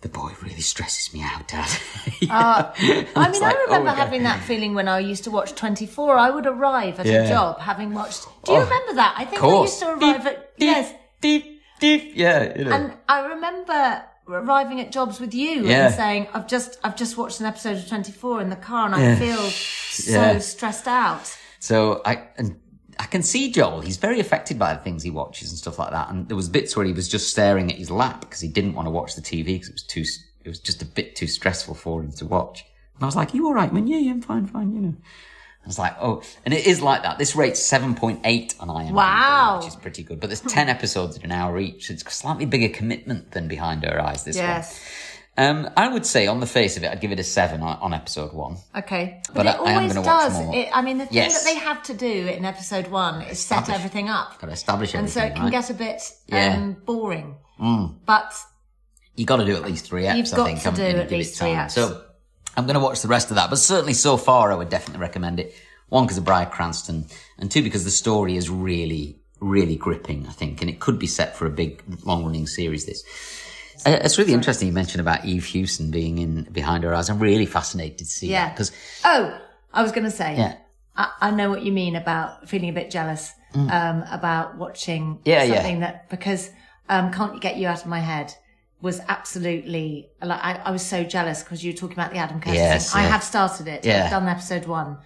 Speaker 3: the boy really stresses me out, dad. [LAUGHS]
Speaker 4: Uh, I mean,
Speaker 3: like,
Speaker 4: I
Speaker 3: oh
Speaker 4: remember
Speaker 3: my God.
Speaker 4: having that feeling when I used to watch 24. I would arrive at a
Speaker 3: Yeah.
Speaker 4: job having watched. Do you
Speaker 3: Oh,
Speaker 4: remember that? I think I used
Speaker 3: course.
Speaker 4: to arrive at. yes.
Speaker 3: Deep, deep. Yeah. You know.
Speaker 4: And I remember arriving at jobs with you
Speaker 3: Yeah.
Speaker 4: and saying, I've just, I've just watched an episode of 24 in the car and I
Speaker 3: [LAUGHS]
Speaker 4: feel so
Speaker 3: Yeah.
Speaker 4: stressed out.
Speaker 3: So I and I can see Joel. He's very affected by the things he watches and stuff like that. And there was bits where he was just staring at his lap because he didn't want to watch the TV because it was too it was just a bit too stressful for him to watch. And I was like, "You all right, man? Yeah, yeah, I'm fine, fine, you know." I was like, "Oh," and it is like that. This rate's seven point eight on IMDb,
Speaker 4: Wow.
Speaker 3: which is pretty good. But there's ten episodes in an hour each. It's a slightly bigger commitment than Behind Her Eyes. This
Speaker 4: Yes.
Speaker 3: one. Um, I would say on the face of it, I'd give it a seven on, on episode one.
Speaker 4: Okay. But,
Speaker 3: But
Speaker 4: it
Speaker 3: I- I am
Speaker 4: always
Speaker 3: gonna watch
Speaker 4: does.
Speaker 3: more.
Speaker 4: It, I mean, the thing
Speaker 3: Yes.
Speaker 4: that they have to do in episode one is set
Speaker 3: Establish.
Speaker 4: everything up.
Speaker 3: Got to establish
Speaker 4: And so
Speaker 3: everything.
Speaker 4: it can
Speaker 3: right?
Speaker 4: get a bit
Speaker 3: Yeah. Mm.
Speaker 4: um, boring. But
Speaker 3: you got to do at least three eps.
Speaker 4: You've
Speaker 3: I
Speaker 4: got
Speaker 3: think,
Speaker 4: to
Speaker 3: haven't you,
Speaker 4: do
Speaker 3: to
Speaker 4: at
Speaker 3: give
Speaker 4: least
Speaker 3: it
Speaker 4: three
Speaker 3: time.
Speaker 4: eps.
Speaker 3: So I'm going to watch the rest of that, but certainly so far, I would definitely recommend it. One because of Brian Cranston, and two because the story is really, really gripping. I think, and it could be set for a big, long-running series. This Uh, It's really interesting you mentioned about Eve Hewson being in Behind Her Eyes. I'm really fascinated to see
Speaker 4: Yeah.
Speaker 3: because
Speaker 4: Oh, I was going to say.
Speaker 3: Yeah.
Speaker 4: I, I know what you mean about feeling a bit jealous um, about watching
Speaker 3: Mm. Yeah, yeah.
Speaker 4: something that because um, can't you get you out of my head was absolutely like I, I was so jealous because you were talking about the Adam Curtis.
Speaker 3: Yes,
Speaker 4: thing. I
Speaker 3: yeah.
Speaker 4: have started it.
Speaker 3: Yeah.
Speaker 4: I've done episode one.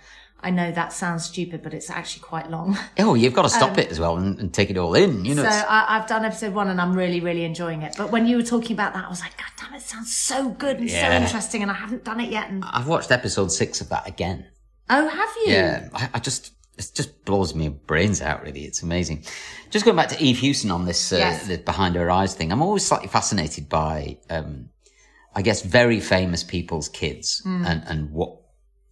Speaker 4: I know that sounds stupid, but it's actually quite long.
Speaker 3: oh, you've got to stop it as well and, and take it all in. You know,
Speaker 4: Um, so
Speaker 3: it's-
Speaker 4: I, I've done episode one, and I'm really, really enjoying it. But when you were talking about that, I was like, God damn, it sounds so good and so
Speaker 3: Yeah.
Speaker 4: interesting, and I haven't done it yet. And
Speaker 3: I've watched episode six of that again.
Speaker 4: oh, have you?
Speaker 3: Yeah, I, I just it just blows my brains out. Really, it's amazing. Just going back to Eve Hewson on this, uh,
Speaker 4: Yes.
Speaker 3: the behind her eyes thing. I'm always slightly fascinated by, um, I guess, very famous people's kids
Speaker 4: Hmm.
Speaker 3: and and what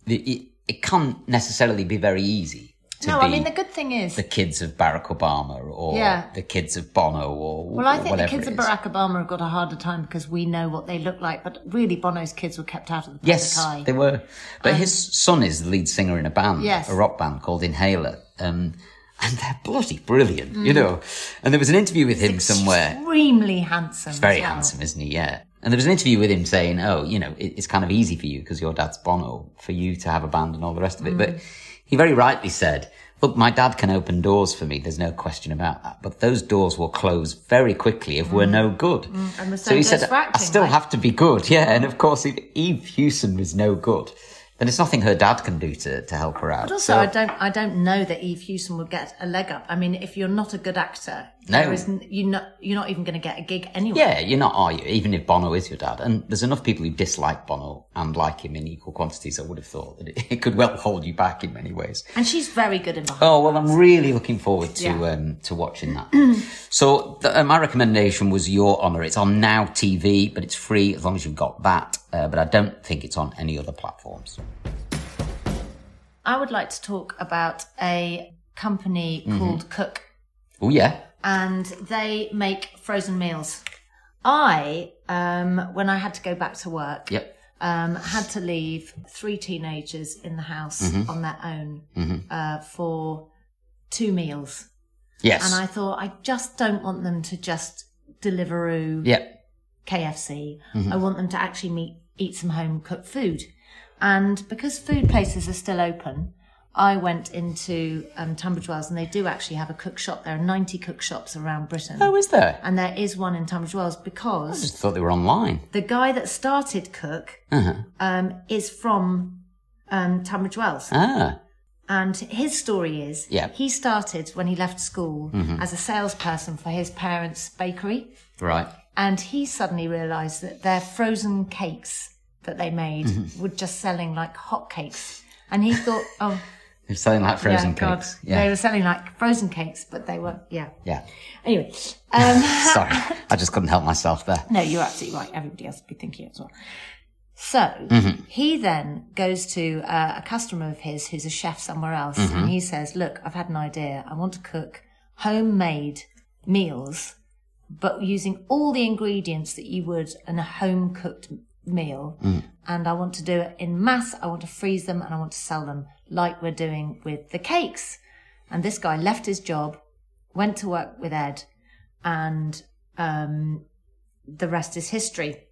Speaker 3: the, it, it can't necessarily be very easy to
Speaker 4: No,
Speaker 3: be
Speaker 4: I mean the good thing is
Speaker 3: the kids of Barack Obama or
Speaker 4: Yeah.
Speaker 3: the kids of Bono or
Speaker 4: Well, I think the
Speaker 3: whatever
Speaker 4: kids
Speaker 3: it
Speaker 4: of
Speaker 3: is.
Speaker 4: Barack Obama have got a harder time because we know what they look like. But really, Bono's kids were kept out of the public
Speaker 3: Yes,
Speaker 4: eye.
Speaker 3: they were. But his son is the lead singer in a band,
Speaker 4: Yes.
Speaker 3: a rock band called Inhaler. Um, and they're bloody brilliant, you know. And there was an interview with him somewhere.
Speaker 4: Extremely handsome.
Speaker 3: He's very
Speaker 4: as well.
Speaker 3: handsome, isn't he? Yeah. And there was an interview with him saying, oh, you know, it, it's kind of easy for you because your dad's Bono, for you to have a band and all the rest of it.
Speaker 4: Mm.
Speaker 3: But he very rightly said, look, my dad can open doors for me. There's no question about that. But those doors will close very quickly if we're no good.
Speaker 4: Mm. And the
Speaker 3: So he
Speaker 4: same goes
Speaker 3: said,
Speaker 4: for
Speaker 3: I
Speaker 4: acting,
Speaker 3: still
Speaker 4: right?
Speaker 3: have to be good. [LAUGHS] Yeah. And of course, if Eve Hewson is no good, then it's nothing her dad can do to, to help her out.
Speaker 4: But also, I don't, I don't know that Eve Hewson would get a leg up. I mean, if you're not a good actor,
Speaker 3: No.
Speaker 4: there isn't, you're not, you're not even going to get a gig anyway.
Speaker 3: Yeah, you're not, are you? Even if Bono is your dad. And there's enough people who dislike Bono and like him in equal quantities, I would have thought that it, [LAUGHS] it could well hold you back in many ways.
Speaker 4: And she's very good in behind.
Speaker 3: Oh, well, I'm really looking forward to
Speaker 4: Yeah.
Speaker 3: um, to watching that. [CLEARS THROAT] so, th- uh, my recommendation was Your Honour. It's on Now TV, but it's free as long as you've got that. Uh, but I don't think it's on any other platforms.
Speaker 4: I would like to talk about a company called Cook
Speaker 3: Oh, yeah.
Speaker 4: and they make frozen meals. I, um, when I had to go back to work,
Speaker 3: Yep.
Speaker 4: um, had to leave three teenagers in the house on their own
Speaker 3: Mm-hmm.
Speaker 4: uh, for two meals.
Speaker 3: Yes.
Speaker 4: And I thought, I just don't want them to just Deliveroo,
Speaker 3: Yep.
Speaker 4: KFC.
Speaker 3: Mm-hmm.
Speaker 4: I want them to actually meet, eat some home cooked food. And because food places are still open, I went into um, Tunbridge Wells and they do actually have a cook shop. There are 90 cook shops around Britain.
Speaker 3: Oh, is there?
Speaker 4: and there is one in Tunbridge Wells
Speaker 3: I
Speaker 4: because
Speaker 3: just thought they were online.
Speaker 4: the guy that started Cook
Speaker 3: Uh-huh.
Speaker 4: um, is from um, Tunbridge Wells.
Speaker 3: Ah.
Speaker 4: And his story is
Speaker 3: Yeah. Mm-hmm.
Speaker 4: he started when he left school as a salesperson for his parents' bakery.
Speaker 3: Right.
Speaker 4: And he suddenly realized that their frozen cakes that they made
Speaker 3: Mm-hmm.
Speaker 4: were just selling like hotcakes. And he
Speaker 3: [LAUGHS]
Speaker 4: thought, oh,
Speaker 3: They're selling like frozen
Speaker 4: yeah, God.
Speaker 3: cakes.
Speaker 4: They
Speaker 3: Yeah.
Speaker 4: were selling like frozen cakes, but they were, yeah.
Speaker 3: Yeah.
Speaker 4: Anyway, um,
Speaker 3: [LAUGHS]
Speaker 4: [LAUGHS]
Speaker 3: Sorry. I just couldn't help myself there.
Speaker 4: No, you're absolutely right. Everybody else would be thinking it as well. So he then goes to uh, a customer of his who's a chef somewhere else, and he says, "Look, I've had an idea. I want to cook homemade meals, but using all the ingredients that you would in a home cooked meal, and I want to do it in mass. I want to freeze them, and I want to sell them like we're doing with the cakes." And this guy left his job, went to work with Ed, and um, the rest is history.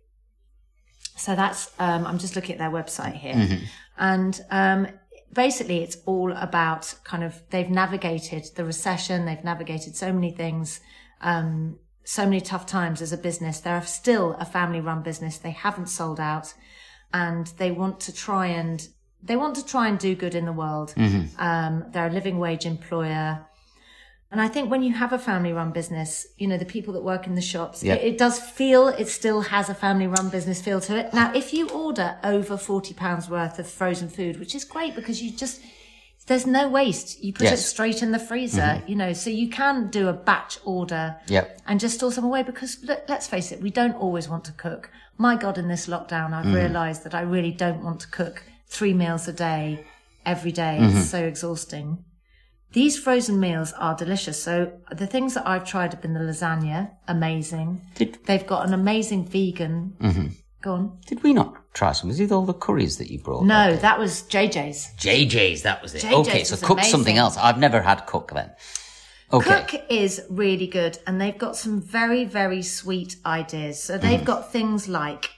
Speaker 4: So that's, um, I'm just looking at their website here. And um, basically, it's all about kind of, they've navigated the recession, they've navigated so many things, um, so many tough times as a business. They're still a family run business, they haven't sold out, and they want to try and they want to try and do good in the world.
Speaker 3: Mm-hmm.
Speaker 4: Um, they're a living wage employer. And I think when you have a family run business, you know, the people that work in the shops,
Speaker 3: Yeah.
Speaker 4: it, it does feel, it still has a family run business feel to it. Now, if you order over £40 worth of frozen food, which is great because you just, there's no waste. You put it
Speaker 3: Yes. Mm-hmm.
Speaker 4: straight in the freezer, you know, so you can do a batch order
Speaker 3: Yep.
Speaker 4: and just store some away because look, let's face it, we don't always want to cook. My God, in this lockdown, I've realized that I really don't want to cook three meals a day every day. It's so exhausting. These frozen meals are delicious. So the things that I've tried have been the lasagna, amazing. They've got an amazing vegan. Go on.
Speaker 3: Did we not try some? Was it all the curries that you brought?
Speaker 4: No, that was JJ's.
Speaker 3: JJ's, that was it.
Speaker 4: JJ's
Speaker 3: okay, so
Speaker 4: was
Speaker 3: cook something
Speaker 4: amazing.
Speaker 3: else. I've never had cook then. Okay.
Speaker 4: Cook is really good, and they've got some very, very sweet ideas. So they've
Speaker 3: Mm.
Speaker 4: got things like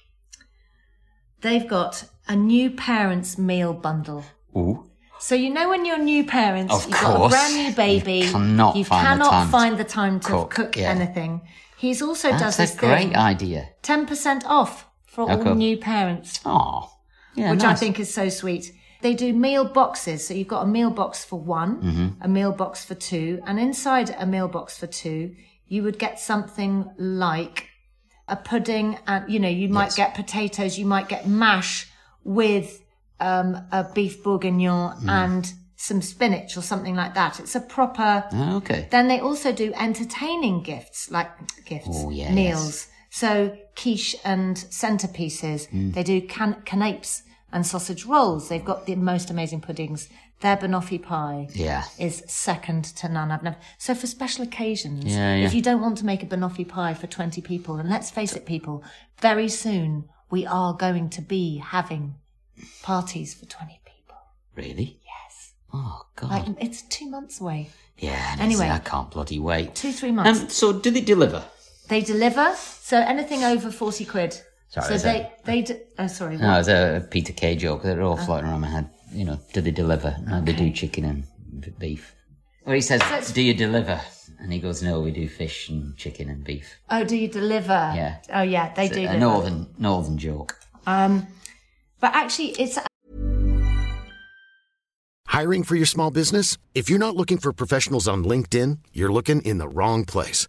Speaker 4: they've got a new parents' meal bundle.
Speaker 3: Ooh.
Speaker 4: So you know when you're new parents,
Speaker 3: Of
Speaker 4: you've got a
Speaker 3: course.
Speaker 4: brand new baby,
Speaker 3: You cannot find the
Speaker 4: cannot
Speaker 3: time to
Speaker 4: find the time to
Speaker 3: cook,
Speaker 4: cook,
Speaker 3: yeah.
Speaker 4: anything. He's also
Speaker 3: That's
Speaker 4: does this
Speaker 3: a great
Speaker 4: thing,
Speaker 3: idea.
Speaker 4: ten percent off for
Speaker 3: How
Speaker 4: all
Speaker 3: cool.
Speaker 4: new parents,
Speaker 3: Oh. Yeah,
Speaker 4: which I
Speaker 3: nice.
Speaker 4: think is so sweet. They do meal boxes, so you've got a meal box for one,
Speaker 3: Mm-hmm.
Speaker 4: a meal box for two, and inside a meal box for two, you would get something like a pudding, and you know you might get potatoes, you might get mash with um, a beef bourguignon
Speaker 3: Mm.
Speaker 4: and some spinach or something like that. It's a proper.
Speaker 3: Ah, Okay.
Speaker 4: Then they also do entertaining gifts, like gifts,
Speaker 3: Oh, yes.
Speaker 4: meals. So quiche and centerpieces.
Speaker 3: Hmm.
Speaker 4: They do can- canapes and sausage rolls. They've got the most amazing puddings. Their banoffee pie
Speaker 3: Yeah.
Speaker 4: is second to none. I've never. So for special occasions,
Speaker 3: Yeah, yeah.
Speaker 4: if you don't want to make a banoffee pie for 20 people, and let's face it, people, very soon we are going to be having parties for 20 people.
Speaker 3: Really? Yes. Oh God.
Speaker 4: Like it's two months away,
Speaker 3: yeah. and it's-
Speaker 4: Anyway.
Speaker 3: I can't bloody wait.
Speaker 4: two, three months.
Speaker 3: Um, so do they deliver?
Speaker 4: They deliver, so anything over forty quid.
Speaker 3: Sorry,
Speaker 4: so
Speaker 3: is
Speaker 4: they
Speaker 3: that-
Speaker 4: they d oh sorry.
Speaker 3: No, it's a Peter Kay joke. They're
Speaker 4: Ah.
Speaker 3: all floating around my head. You know, do they deliver? No, they do chicken and b- beef. Well, he says,
Speaker 4: it's-
Speaker 3: "Do you deliver?" And he goes, "No, we do fish and chicken and beef."
Speaker 4: Oh, do you deliver?
Speaker 3: Yeah.
Speaker 4: Oh yeah, they
Speaker 3: It's
Speaker 4: do.
Speaker 3: a,
Speaker 4: deliver.
Speaker 3: northern northern joke.
Speaker 4: Um, but actually, it's
Speaker 8: Hiring for your small business? If you're not looking for professionals on LinkedIn, you're looking in the wrong place.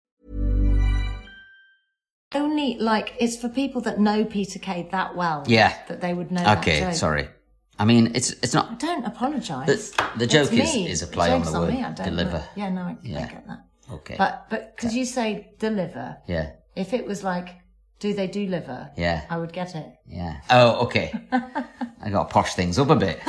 Speaker 4: only like it's for people that know Peter Kay that well.
Speaker 3: Yeah.
Speaker 4: That they would know. that
Speaker 3: Okay,
Speaker 4: joke.
Speaker 3: sorry. I mean, it's it's
Speaker 4: I
Speaker 3: not.
Speaker 4: don't apologise.
Speaker 3: The- the
Speaker 4: It's
Speaker 3: joke is-
Speaker 4: me.
Speaker 3: is a play on
Speaker 4: joke's
Speaker 3: the word
Speaker 4: me, I don't
Speaker 3: deliver.
Speaker 4: know. Yeah, no, I, I
Speaker 3: Yeah.
Speaker 4: get that.
Speaker 3: Okay.
Speaker 4: But but because you say deliver,
Speaker 3: yeah.
Speaker 4: if it was like, do they do liver?
Speaker 3: Yeah.
Speaker 4: I would get it.
Speaker 3: Yeah. Oh,
Speaker 4: [LAUGHS]
Speaker 3: okay. I got to posh things up a bit.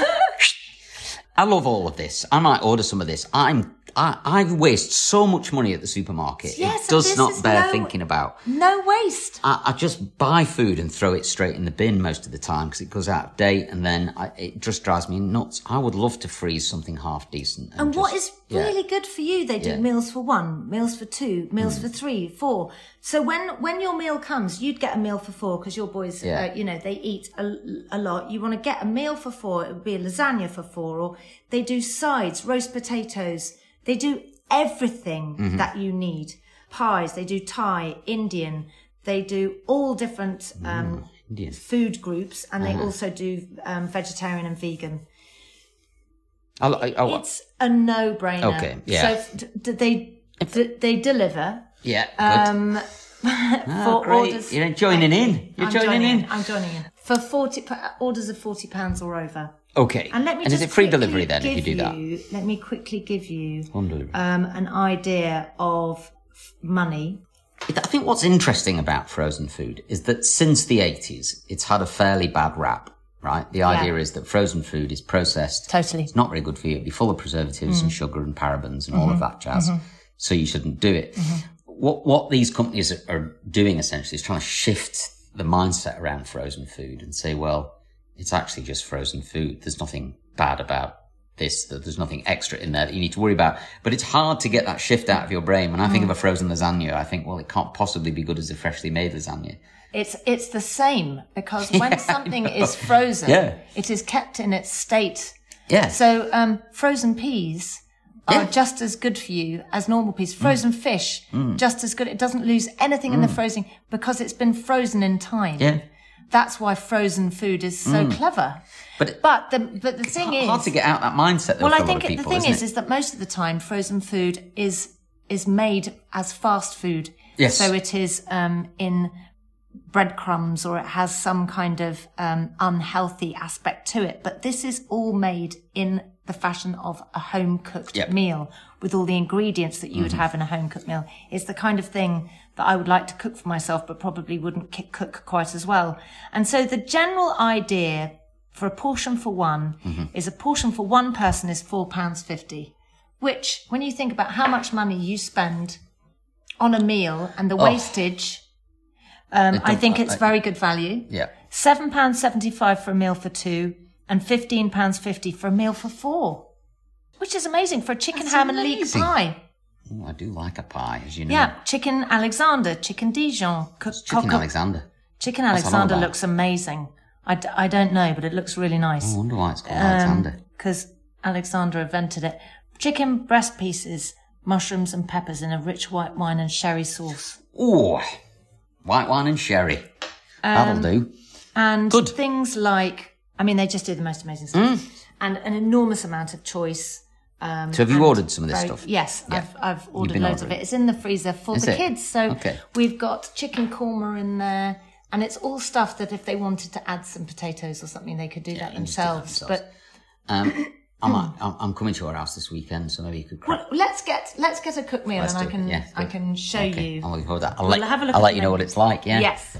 Speaker 3: I love all of this. I might order some of this. I'm I, I waste so much money at the supermarket.
Speaker 4: Yes,
Speaker 3: it does
Speaker 4: this is
Speaker 3: not bear
Speaker 4: no-
Speaker 3: thinking about.
Speaker 4: No waste.
Speaker 3: I, I just buy food and throw it straight in the bin most of the time because it goes out of date, and then I, it just drives me nuts. I would love to freeze something half decent.
Speaker 4: And what
Speaker 3: just-
Speaker 4: is
Speaker 3: yeah.
Speaker 4: really good for you, they do
Speaker 3: Yeah. Mm.
Speaker 4: meals for one, meals for two, meals for three, four. So when when your meal comes, you'd get a meal for four because your boys,
Speaker 3: Yeah.
Speaker 4: uh, you know, they eat a, a lot. You want to get a meal for four. It would be a lasagna for four, or they do sides, roast potatoes. They do everything
Speaker 3: Mm-hmm.
Speaker 4: that you need. Pies. They do Thai, Indian. They do all different um,
Speaker 3: Mm, Indian. Uh-huh.
Speaker 4: food groups, and they also do um, vegetarian and vegan.
Speaker 3: I, I, I,
Speaker 4: It's a no-brainer.
Speaker 3: Oh, Okay, yeah.
Speaker 4: So d- d- they d- they deliver
Speaker 3: yeah, good.
Speaker 4: um, [LAUGHS]
Speaker 3: Ah,
Speaker 4: for
Speaker 3: great.
Speaker 4: orders.
Speaker 3: You're joining in. You're
Speaker 4: I'm
Speaker 3: joining, in.
Speaker 4: I'm joining in for forty p- orders of forty pounds or over.
Speaker 3: Okay.
Speaker 4: And let me.
Speaker 3: is
Speaker 4: just
Speaker 3: it free
Speaker 4: quickly
Speaker 3: delivery then if you
Speaker 4: give
Speaker 3: do that?
Speaker 4: you- Let me quickly give you
Speaker 3: Home delivery.
Speaker 4: um, an idea of f- money.
Speaker 3: I think what's interesting about frozen food is that since the 80s, it's had a fairly bad rap, right? The idea is that frozen food is processed.
Speaker 4: Totally. Mm.
Speaker 3: It's not very good for you. It'd be full of preservatives and sugar and parabens and all
Speaker 4: Mm-hmm.
Speaker 3: of that jazz. So you shouldn't do it. What, what these companies are- are doing essentially is trying to shift the mindset around frozen food and say, well, it's actually just frozen food. There's nothing bad about this. that There's nothing extra in there that you need to worry about. But it's hard to get that shift out of your brain. When I
Speaker 4: Mm.
Speaker 3: think of a frozen lasagna, I think, well, it can't possibly be good as a freshly made lasagna.
Speaker 4: It's it's the same because
Speaker 3: [LAUGHS]
Speaker 4: when
Speaker 3: Yeah, I
Speaker 4: something
Speaker 3: know.
Speaker 4: is frozen,
Speaker 3: Yeah.
Speaker 4: it is kept in its state
Speaker 3: Yeah.
Speaker 4: So um, frozen peas are just as good for you as normal pieces.
Speaker 3: Mm.
Speaker 4: Frozen fish, just as good. It doesn't lose anything in the frozen because it's been frozen in time.
Speaker 3: Yeah. Mm.
Speaker 4: That's why frozen food is so clever.
Speaker 3: But it-
Speaker 4: but the but the thing
Speaker 3: It's
Speaker 4: is
Speaker 3: hard to get out that mindset. Though,
Speaker 4: well,
Speaker 3: for
Speaker 4: I
Speaker 3: a
Speaker 4: think
Speaker 3: lot of
Speaker 4: it-
Speaker 3: people,
Speaker 4: the thing
Speaker 3: isn't
Speaker 4: is, is that most of the time, frozen food is is made as fast food.
Speaker 3: Yes.
Speaker 4: So it is um, in breadcrumbs, or it has some kind of um, unhealthy aspect to it. But this is all made in the fashion of a home cooked
Speaker 3: Yep. Mm-hmm.
Speaker 4: meal with all the ingredients that you would have in a home cooked meal. It's the kind of thing that I would like to cook for myself, but probably wouldn't ki- cook quite as well. And so the general idea for a portion for one
Speaker 3: Mm-hmm.
Speaker 4: is a portion for one person is four pounds fifty, which when you think about how much money you spend on a meal and the
Speaker 3: Oh.
Speaker 4: wastage, um,
Speaker 3: It
Speaker 4: I
Speaker 3: don't-
Speaker 4: think
Speaker 3: I-
Speaker 4: it's
Speaker 3: I-
Speaker 4: very good value.
Speaker 3: Yeah.
Speaker 4: Seven pounds seventy-five for a meal for two, and fifteen pounds fifty for a meal for four, which is amazing for a chicken
Speaker 3: That's
Speaker 4: ham
Speaker 3: amazing.
Speaker 4: and leek pie.
Speaker 3: Oh, I do like a pie, as you know.
Speaker 4: Yeah, chicken Alexander, chicken Dijon, co-
Speaker 3: It's chicken
Speaker 4: co-
Speaker 3: Alexander.
Speaker 4: Chicken
Speaker 3: That's what I'm
Speaker 4: Alexander
Speaker 3: about.
Speaker 4: looks amazing. I, d- I don't know, but it looks really nice.
Speaker 3: Oh, I wonder why it's called Alexander.
Speaker 4: Because Alexander Um, invented it. Chicken breast pieces, mushrooms and peppers in a rich white wine and sherry sauce.
Speaker 3: Oh, white wine and sherry. That'll do.
Speaker 4: Um, And
Speaker 3: Good. Mm.
Speaker 4: things like, I mean, they just do the most amazing stuff. And an enormous amount of choice. Um,
Speaker 3: So have you
Speaker 4: and
Speaker 3: ordered some of this
Speaker 4: very-
Speaker 3: stuff?
Speaker 4: Yes,
Speaker 3: Yeah.
Speaker 4: I've, I've ordered
Speaker 3: been
Speaker 4: loads of
Speaker 3: ordering.
Speaker 4: it. It's in the freezer for
Speaker 3: Is
Speaker 4: the
Speaker 3: it?
Speaker 4: kids. So
Speaker 3: Okay.
Speaker 4: we've got chicken korma in there. And it's all stuff that if they wanted to add some potatoes or something, they could do that
Speaker 3: can just do that
Speaker 4: themselves.
Speaker 3: themselves.
Speaker 4: But
Speaker 3: Um, I'm, at- I'm I'm coming to our house this weekend, so maybe you could crack.
Speaker 4: hmm. Well, let's get let's get a cook meal,
Speaker 3: Let's
Speaker 4: and
Speaker 3: do
Speaker 4: I
Speaker 3: it.
Speaker 4: can
Speaker 3: Yeah,
Speaker 4: I
Speaker 3: good.
Speaker 4: can show
Speaker 3: Okay,
Speaker 4: you.
Speaker 3: I'm looking forward to that. I'll
Speaker 4: We'll
Speaker 3: let,
Speaker 4: have a look
Speaker 3: I'll
Speaker 4: at
Speaker 3: let
Speaker 4: the
Speaker 3: you know what
Speaker 4: menu.
Speaker 3: it's like. Yeah.
Speaker 4: Yes.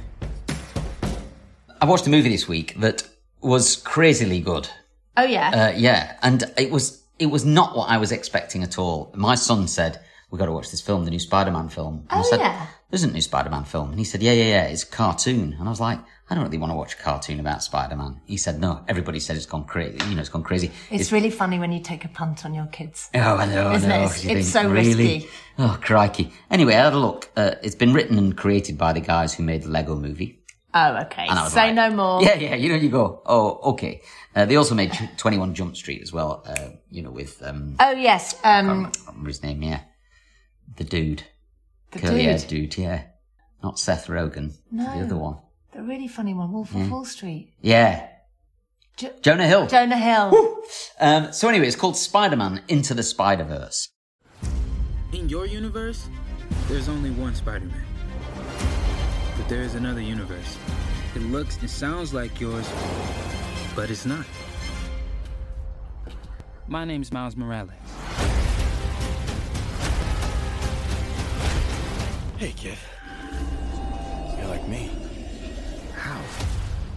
Speaker 3: I watched a movie this week that was crazily good.
Speaker 4: Oh yeah.
Speaker 3: Uh, yeah, and it was it was not what I was expecting at all. My son said, "We got to watch this film, the new Spider-Man film." And I
Speaker 4: Oh,
Speaker 3: said,
Speaker 4: yeah.
Speaker 3: There's a new Spider-Man film, and he said, "Yeah, yeah, yeah, it's a cartoon." And I was like, "I don't really want to watch a cartoon about Spider-Man." He said, "No, everybody said it's gone crazy. You know, it's gone crazy."
Speaker 4: it's really funny when you take a punt on your kids.
Speaker 3: Oh, I know,
Speaker 4: Isn't
Speaker 3: I
Speaker 4: it?
Speaker 3: know.
Speaker 4: It's-
Speaker 3: You
Speaker 4: it's so
Speaker 3: really?
Speaker 4: risky.
Speaker 3: Oh, crikey. Anyway, I had a look. Uh, it's been written and created by the guys who made the Lego movie.
Speaker 4: Oh okay.
Speaker 3: And I was
Speaker 4: Say
Speaker 3: like-
Speaker 4: no more.
Speaker 3: Yeah, yeah, you know, you go, oh, okay. Uh, they also made 21 Jump Street as well, uh, you know, with, um,
Speaker 4: Oh yes.
Speaker 3: um, I
Speaker 4: Um,
Speaker 3: can't remember his name, yeah. The dude.
Speaker 4: the
Speaker 3: Curly haired
Speaker 4: dude,
Speaker 3: dude, yeah. Not Seth Rogen. The
Speaker 4: No.
Speaker 3: other one.
Speaker 4: the really funny one, Wolf
Speaker 3: Mm.
Speaker 4: of Wall Street.
Speaker 3: Yeah.
Speaker 4: Jo-
Speaker 3: Jonah Hill.
Speaker 4: Jonah Hill.
Speaker 3: um, so anyway, it's called Spider-Man Into the Spider-Verse.
Speaker 7: In your universe, there's only one Spider Man. But there is another universe. It looks and sounds like yours, but it's not. My name's Miles Morales.
Speaker 5: Hey, kid. You're like me. How?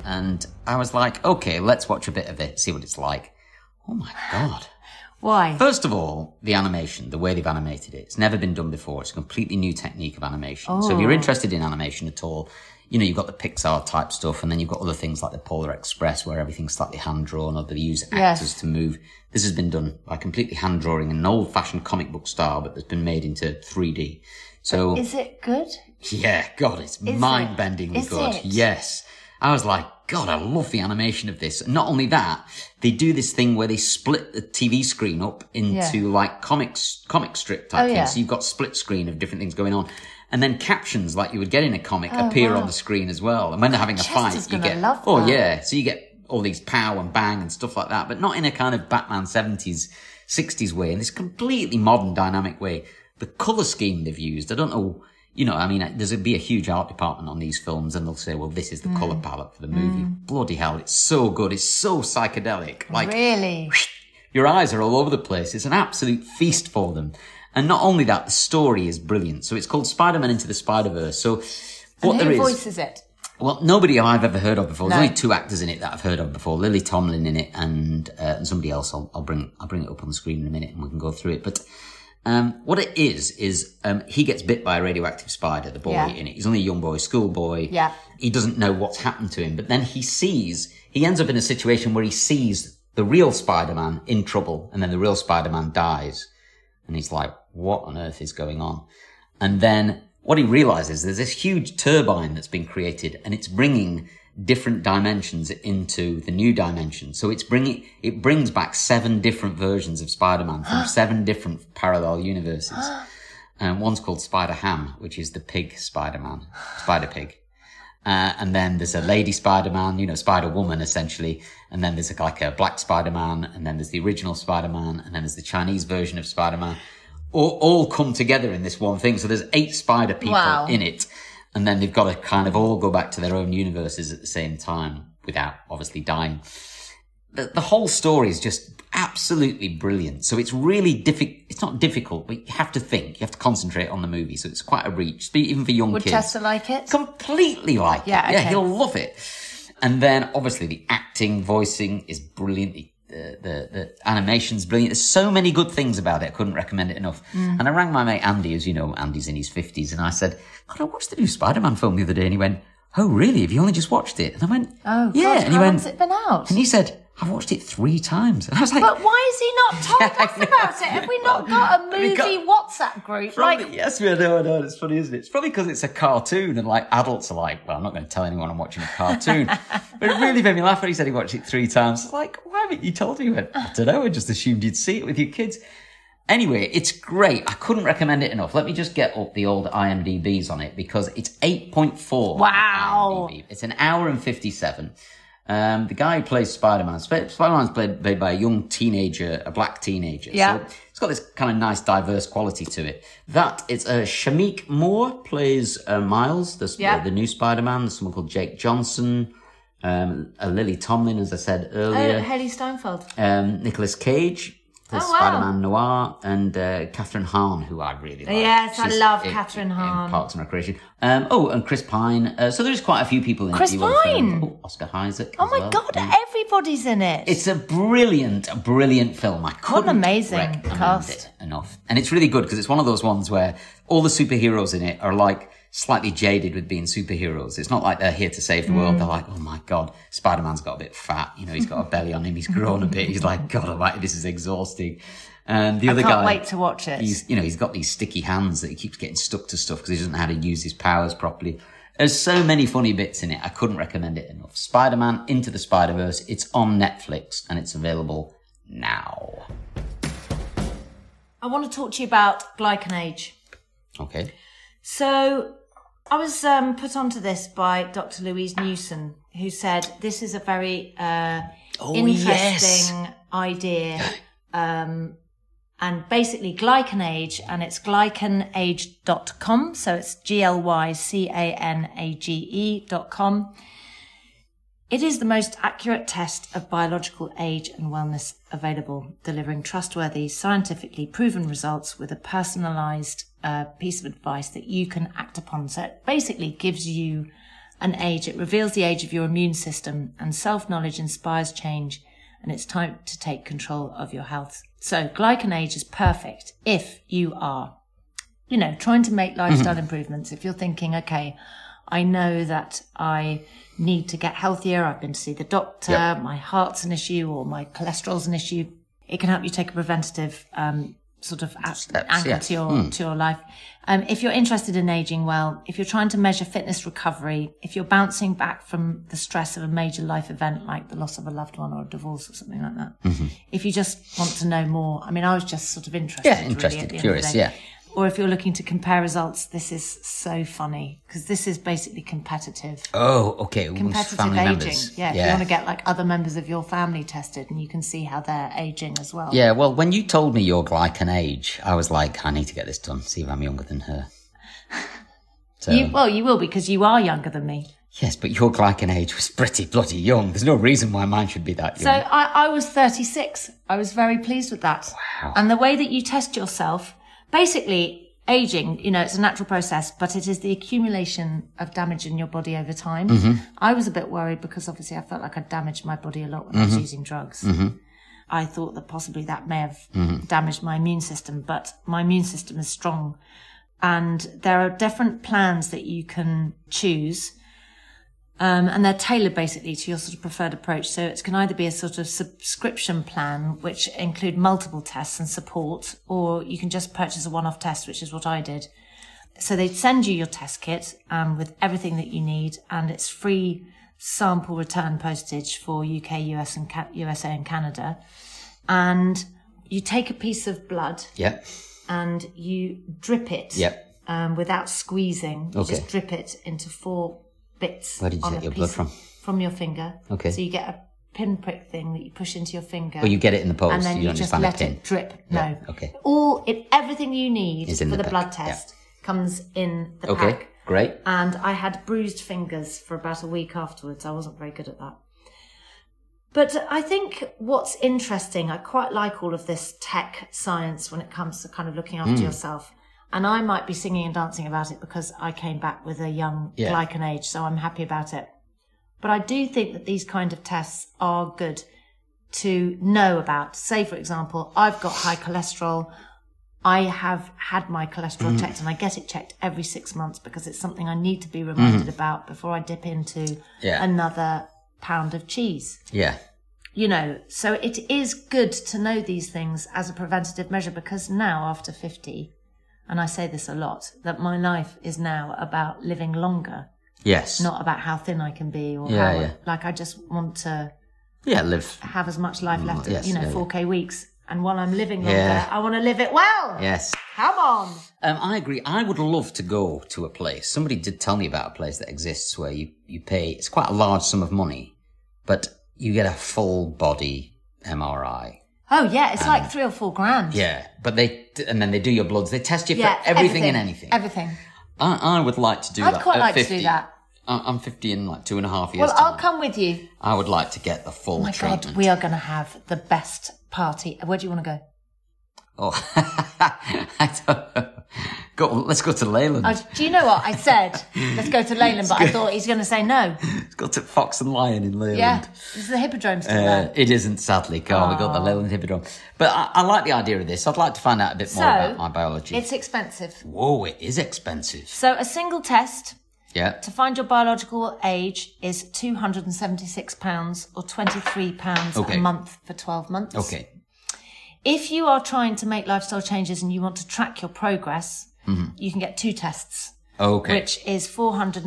Speaker 3: And I was like, okay, let's watch a bit of it, see what it's like. Oh my God.
Speaker 4: Why?
Speaker 3: First of all, the animation, the way they've animated it, it's never been done before. It's a completely new technique of animation. So if you're
Speaker 4: Oh.
Speaker 3: interested in animation at all, you know, you've got the Pixar type stuff and then you've got other things like the Polar Express where everything's slightly hand drawn or they use
Speaker 4: Yes.
Speaker 3: actors to move. This has been done by completely hand drawing in an old fashioned comic book style, but that's been made into 3D. So
Speaker 4: Is it good?
Speaker 3: [LAUGHS] yeah, God, it's
Speaker 4: it?
Speaker 3: mind bendingly
Speaker 4: Is
Speaker 3: good.
Speaker 4: it?
Speaker 3: Yes. I was like, God, I love the animation of this. Not only that, they do this thing where they split the TV screen up into like comics, comic strip type
Speaker 4: Oh,
Speaker 3: things.
Speaker 4: yeah.
Speaker 3: So you've got split screen of different things going on. And then captions like you would get in a comic
Speaker 4: Oh,
Speaker 3: appear on the screen as well. And when they're having a
Speaker 4: Chester's
Speaker 3: fight, you
Speaker 4: gonna
Speaker 3: get,
Speaker 4: love
Speaker 3: oh
Speaker 4: that.
Speaker 3: yeah. So you get all these pow and bang and stuff like that, but not in a kind of Batman 70s, 60s way, in this completely modern dynamic way. The colour scheme they've used, I don't know, you know, I mean, there's going to be a huge art department on these films and they'll say, well, this is the
Speaker 4: Mm.
Speaker 3: colour palette for the movie. Bloody hell, it's so good. It's so psychedelic. Like,
Speaker 4: really?
Speaker 3: your eyes are all over the place. It's an absolute feast for them. And not only that, the story is brilliant. So it's called Spider-Man Into the Spider-Verse. So what
Speaker 4: and
Speaker 3: there
Speaker 4: who
Speaker 3: is,
Speaker 4: voices it?
Speaker 3: well, nobody I've ever heard of before. There's
Speaker 4: No.
Speaker 3: only two actors in it that I've heard of before: Lily Tomlin in it, and uh, and somebody else. I'll, I'll bring I'll bring it up on the screen in a minute, and we can go through it. But um, what it is is um, he gets bit by a radioactive spider. The boy
Speaker 4: Yeah.
Speaker 3: in it. He's only a young boy, schoolboy.
Speaker 4: Yeah.
Speaker 3: He doesn't know what's happened to him, but then he sees. He ends up in a situation where he sees the real Spider-Man in trouble, and then the real Spider-Man dies, and he's like, "What on earth is going on?" And then what he realizes there's this huge turbine that's been created and it's bringing different dimensions into the new dimension. So it's bringing it brings back seven different versions of Spider-Man from seven different parallel universes. Um, one's called Spider Ham, which is the pig Spider-Man, Spider Pig. Uh, and then there's a Lady Spider-Man, you know, Spider-Woman essentially. And then there's like a Black Spider-Man, and then there's the original Spider-Man, and then there's the Chinese version of Spider-Man. All, all come together in this one thing. So there's eight Spider people
Speaker 4: Wow.
Speaker 3: in it, and then they've got to kind of all go back to their own universes at the same time without obviously dying. The, the whole story is just absolutely brilliant. So it's really difficult. It's not difficult, but you have to think. You have to concentrate on the movie. So it's quite a reach, even for young
Speaker 4: Would
Speaker 3: kids
Speaker 4: Chester like it?
Speaker 3: completely like
Speaker 4: Yeah,
Speaker 3: it. Yeah,
Speaker 4: okay.
Speaker 3: he'll love it. And then obviously the acting, voicing is brilliant. The, the, the, the animation's brilliant. There's so many good things about it. I couldn't recommend it enough.
Speaker 4: Mm.
Speaker 3: And I rang my mate Andy, as you know, Andy's in his 50s, and I said, God, I watched the new Spider Man film the other day. And he went, Oh, really? Have you only just watched it? And I went,
Speaker 4: Oh,
Speaker 3: yeah.
Speaker 4: God,
Speaker 3: and he
Speaker 4: how
Speaker 3: went,
Speaker 4: long's it been out?
Speaker 3: And he said, I've watched it three times. [LAUGHS] And I was like,
Speaker 4: But why is he
Speaker 3: [LAUGHS]
Speaker 4: not told
Speaker 3: Yeah, I
Speaker 4: us
Speaker 3: know.
Speaker 4: about it? Have we not got a
Speaker 3: We
Speaker 4: movie
Speaker 3: got-
Speaker 4: WhatsApp group?
Speaker 3: Probably,
Speaker 4: Like,
Speaker 3: yes, we know, I know. It's funny, isn't it? It's probably because it's a cartoon, and like adults are like, "Well, I'm not going to tell anyone I'm watching a
Speaker 4: [LAUGHS]
Speaker 3: cartoon." but it really made me laugh when he said he watched it three times. It's like, why haven't you told me? He went, I don't know. I just assumed you'd see it with your kids. Anyway, it's great. I couldn't recommend it enough. Let me just get up the old IMDb's on it because it's 8.4. on
Speaker 4: Wow.
Speaker 3: IMDb. It's an hour and 57. Um, the guy who plays Spider-Man, Sp- Spider-Man's played, played by a young teenager, a black teenager.
Speaker 4: Yeah.
Speaker 3: So it's got this kind of nice, diverse quality to it. That it's uh, Shamik Moore plays uh, Miles, the,
Speaker 4: Yeah.
Speaker 3: the new Spider-Man. There's someone called Jake Johnson, um, uh, Lily Tomlin, as I said earlier.
Speaker 4: oh, Haley Steinfeld.
Speaker 3: um, Nicholas Cage, the
Speaker 4: Oh, wow.
Speaker 3: Spider-Man Noir, and uh, Catherine Hahn, who I really like.
Speaker 4: Yes, I love
Speaker 3: in-
Speaker 4: Catherine
Speaker 3: in
Speaker 4: Hahn.
Speaker 3: Parks and Recreation. Um, oh, and Chris Pine. Uh, so there's quite a few people in
Speaker 4: Chris
Speaker 3: it. You will find-
Speaker 4: Pine!
Speaker 3: Oh, Oscar Isaac.
Speaker 4: Oh
Speaker 3: as
Speaker 4: my
Speaker 3: well.
Speaker 4: God,
Speaker 3: Yeah.
Speaker 4: everybody's in it.
Speaker 3: It's a brilliant, brilliant film. I couldn't
Speaker 4: amazing
Speaker 3: recommend
Speaker 4: cast.
Speaker 3: it enough, and it's really good because it's one of those ones where all the superheroes in it are like slightly jaded with being superheroes. It's not like they're here to save the
Speaker 4: Mm.
Speaker 3: world. They're like, oh my god, Spider Man's got a bit fat. You know, he's got a belly on him. He's grown a bit. He's like, God, almighty, this is exhausting. And the
Speaker 4: I
Speaker 3: other
Speaker 4: can't
Speaker 3: guy,
Speaker 4: wait to watch it.
Speaker 3: He's, you know, he's got these sticky hands that he keeps getting stuck to stuff because he doesn't know how to use his powers properly. There's so many funny bits in it. I couldn't recommend it enough. Spider Man Into the Spider Verse. It's on Netflix and it's available now.
Speaker 4: I want to talk to you about glycanage.
Speaker 3: Okay.
Speaker 4: So I was um, put onto this by Dr. Louise Newson, who said this is a very uh,
Speaker 3: Oh,
Speaker 4: interesting idea. Um, and basically, glycanage, and it's glycanage.com. So it's G L Y C A N A G E dot com. It is the most accurate test of biological age and wellness available, delivering trustworthy, scientifically proven results with a personalized uh, piece of advice that you can act upon. So it basically gives you an age. It reveals the age of your immune system and self knowledge inspires change. And it's time to take control of your health. So glycanage is perfect if you are you know, trying to make lifestyle improvements. If you're thinking, okay, I know that I need to get healthier. I've been to see the doctor.
Speaker 3: Yep.
Speaker 4: My heart's an issue or my cholesterol's an issue. It can help you take a preventative, um, sort of a- angle
Speaker 3: yeah.
Speaker 4: to your, to your life. Um, if you're interested in aging well, if you're trying to measure fitness recovery, if you're bouncing back from the stress of a major life event like the loss of a loved one or a divorce or something like that, if you just want to know more, I mean, I was just sort of interested.
Speaker 3: Yeah,
Speaker 4: really, at
Speaker 3: interested,
Speaker 4: the end of the
Speaker 3: curious,
Speaker 4: day
Speaker 3: yeah.
Speaker 4: or if you're looking to compare results, this is so funny because this is basically competitive.
Speaker 3: Oh, okay. amongst
Speaker 4: Competitive
Speaker 3: family
Speaker 4: aging.
Speaker 3: members.
Speaker 4: Yeah, if you want to get like other members of your family tested and you can see how they're aging as well.
Speaker 3: Yeah, well, when you told me your glycan age, I was like, I need to get this done, see if I'm younger than
Speaker 4: [LAUGHS]
Speaker 3: her. So,
Speaker 4: You, well, you will because you are younger than me.
Speaker 3: yes, but your glycan age was pretty bloody young. There's no reason why mine should be that
Speaker 4: So
Speaker 3: young.
Speaker 4: I, I was 36. I was very pleased with that.
Speaker 3: Wow.
Speaker 4: And the way that you test yourself, basically aging, you know, it's a natural process, but it is the accumulation of damage in your body over time.
Speaker 3: Mm-hmm.
Speaker 4: I was a bit worried because obviously I felt like I damaged my body a lot when I
Speaker 3: Mm-hmm.
Speaker 4: was using drugs. I thought that possibly that may have
Speaker 3: Mm-hmm.
Speaker 4: damaged my immune system, but my immune system is strong. And there are different plans that you can choose. Um, and they're tailored basically to your sort of preferred approach. So it can either be a sort of subscription plan, which include multiple tests and support, or you can just purchase a one-off test, which is what I did. So they send you your test kit um, with everything that you need, and it's free sample return postage for UK, US, and Ca- USA and Canada, and you take a piece of blood
Speaker 3: Yeah.
Speaker 4: and you drip it.
Speaker 3: Yep.
Speaker 4: Um, without squeezing, you
Speaker 3: Okay.
Speaker 4: just drip it into four bits.
Speaker 3: Where did you
Speaker 4: on
Speaker 3: get
Speaker 4: a
Speaker 3: your
Speaker 4: piece
Speaker 3: blood
Speaker 4: of-
Speaker 3: from?
Speaker 4: From your finger.
Speaker 3: Okay.
Speaker 4: So you get a pinprick thing that you push into your finger.
Speaker 3: Or you get it in the post.
Speaker 4: and then
Speaker 3: you,
Speaker 4: you,
Speaker 3: don't
Speaker 4: just
Speaker 3: spam
Speaker 4: let
Speaker 3: it in.
Speaker 4: it drip.
Speaker 3: Yeah,
Speaker 4: No.
Speaker 3: okay.
Speaker 4: All it, everything you need
Speaker 3: Is in
Speaker 4: for
Speaker 3: the
Speaker 4: the,
Speaker 3: pack,
Speaker 4: blood
Speaker 3: yeah.
Speaker 4: test comes in the
Speaker 3: Okay.
Speaker 4: pack.
Speaker 3: Great.
Speaker 4: And I had bruised fingers for about a week afterwards. I wasn't very good at that. But I think what's interesting, I quite like all of this tech science when it comes to kind of looking after yourself. And I might be singing and dancing about it because I came back with a young
Speaker 3: Yeah.
Speaker 4: glycan age, so I'm happy about it. But I do think that these kind of tests are good to know about. Say, for example, I've got high cholesterol. I have had my cholesterol
Speaker 3: Mm.
Speaker 4: checked and I get it checked every six months because it's something I need to be reminded about before I dip into
Speaker 3: Mm. Yeah.
Speaker 4: another pound of cheese.
Speaker 3: Yeah.
Speaker 4: You know, so it is good to know these things as a preventative measure because now, after 50, and I say this a lot, that my life is now about living longer,
Speaker 3: Yes.
Speaker 4: not about how thin I can be or
Speaker 3: Yeah,
Speaker 4: how,
Speaker 3: yeah.
Speaker 4: like, I just want to
Speaker 3: Yeah. Live.
Speaker 4: have as much life left,
Speaker 3: Mm, yes,
Speaker 4: you know,
Speaker 3: yeah, yeah.
Speaker 4: 4K weeks. And while I'm living longer,
Speaker 3: Yeah.
Speaker 4: I want to live it well.
Speaker 3: Yes.
Speaker 4: Come on.
Speaker 3: Um, I agree. I would love to go to a place. Somebody did tell me about a place that exists where you, you pay, it's quite a large sum of money, but you get a full body MRI.
Speaker 4: Oh, yeah, it's like three or four
Speaker 3: Um,
Speaker 4: grand.
Speaker 3: Yeah. But they, and then they do your bloods. They test you
Speaker 4: Yeah,
Speaker 3: for everything, and anything.
Speaker 4: Everything.
Speaker 3: I, I would like to do
Speaker 4: I'd
Speaker 3: that.
Speaker 4: quite
Speaker 3: at
Speaker 4: like to do
Speaker 3: 50.
Speaker 4: that.
Speaker 3: I- I'm 50 in like two and a half years.
Speaker 4: Well, I'll
Speaker 3: time.
Speaker 4: come with you.
Speaker 3: I would like to get the full
Speaker 4: Oh my
Speaker 3: treatment.
Speaker 4: God, we are going to have the best party. Where do you want to go?
Speaker 3: Oh, [LAUGHS] I don't know. Go, let's go to Leyland.
Speaker 4: I, do you know what I
Speaker 3: [LAUGHS]
Speaker 4: said? Let's go to Leyland, but I thought he's going to say no.
Speaker 3: Let's go to Fox and Lion in Leyland.
Speaker 4: Yeah, is the hippodrome still
Speaker 3: Uh,
Speaker 4: there?
Speaker 3: it isn't, sadly, Carl. We got the Leyland Hippodrome. But I, I like the idea of this. I'd like to find out a bit more
Speaker 4: So,
Speaker 3: about my biology.
Speaker 4: It's expensive.
Speaker 3: Whoa, it is expensive.
Speaker 4: So a single test
Speaker 3: Yeah.
Speaker 4: to find your biological age is two hundred and seventy-six pounds or twenty-three pounds
Speaker 3: Okay.
Speaker 4: a month for twelve months.
Speaker 3: Okay.
Speaker 4: If you are trying to make lifestyle changes and you want to track your progress, you can get two tests.
Speaker 3: Mm-hmm. Okay.
Speaker 4: which is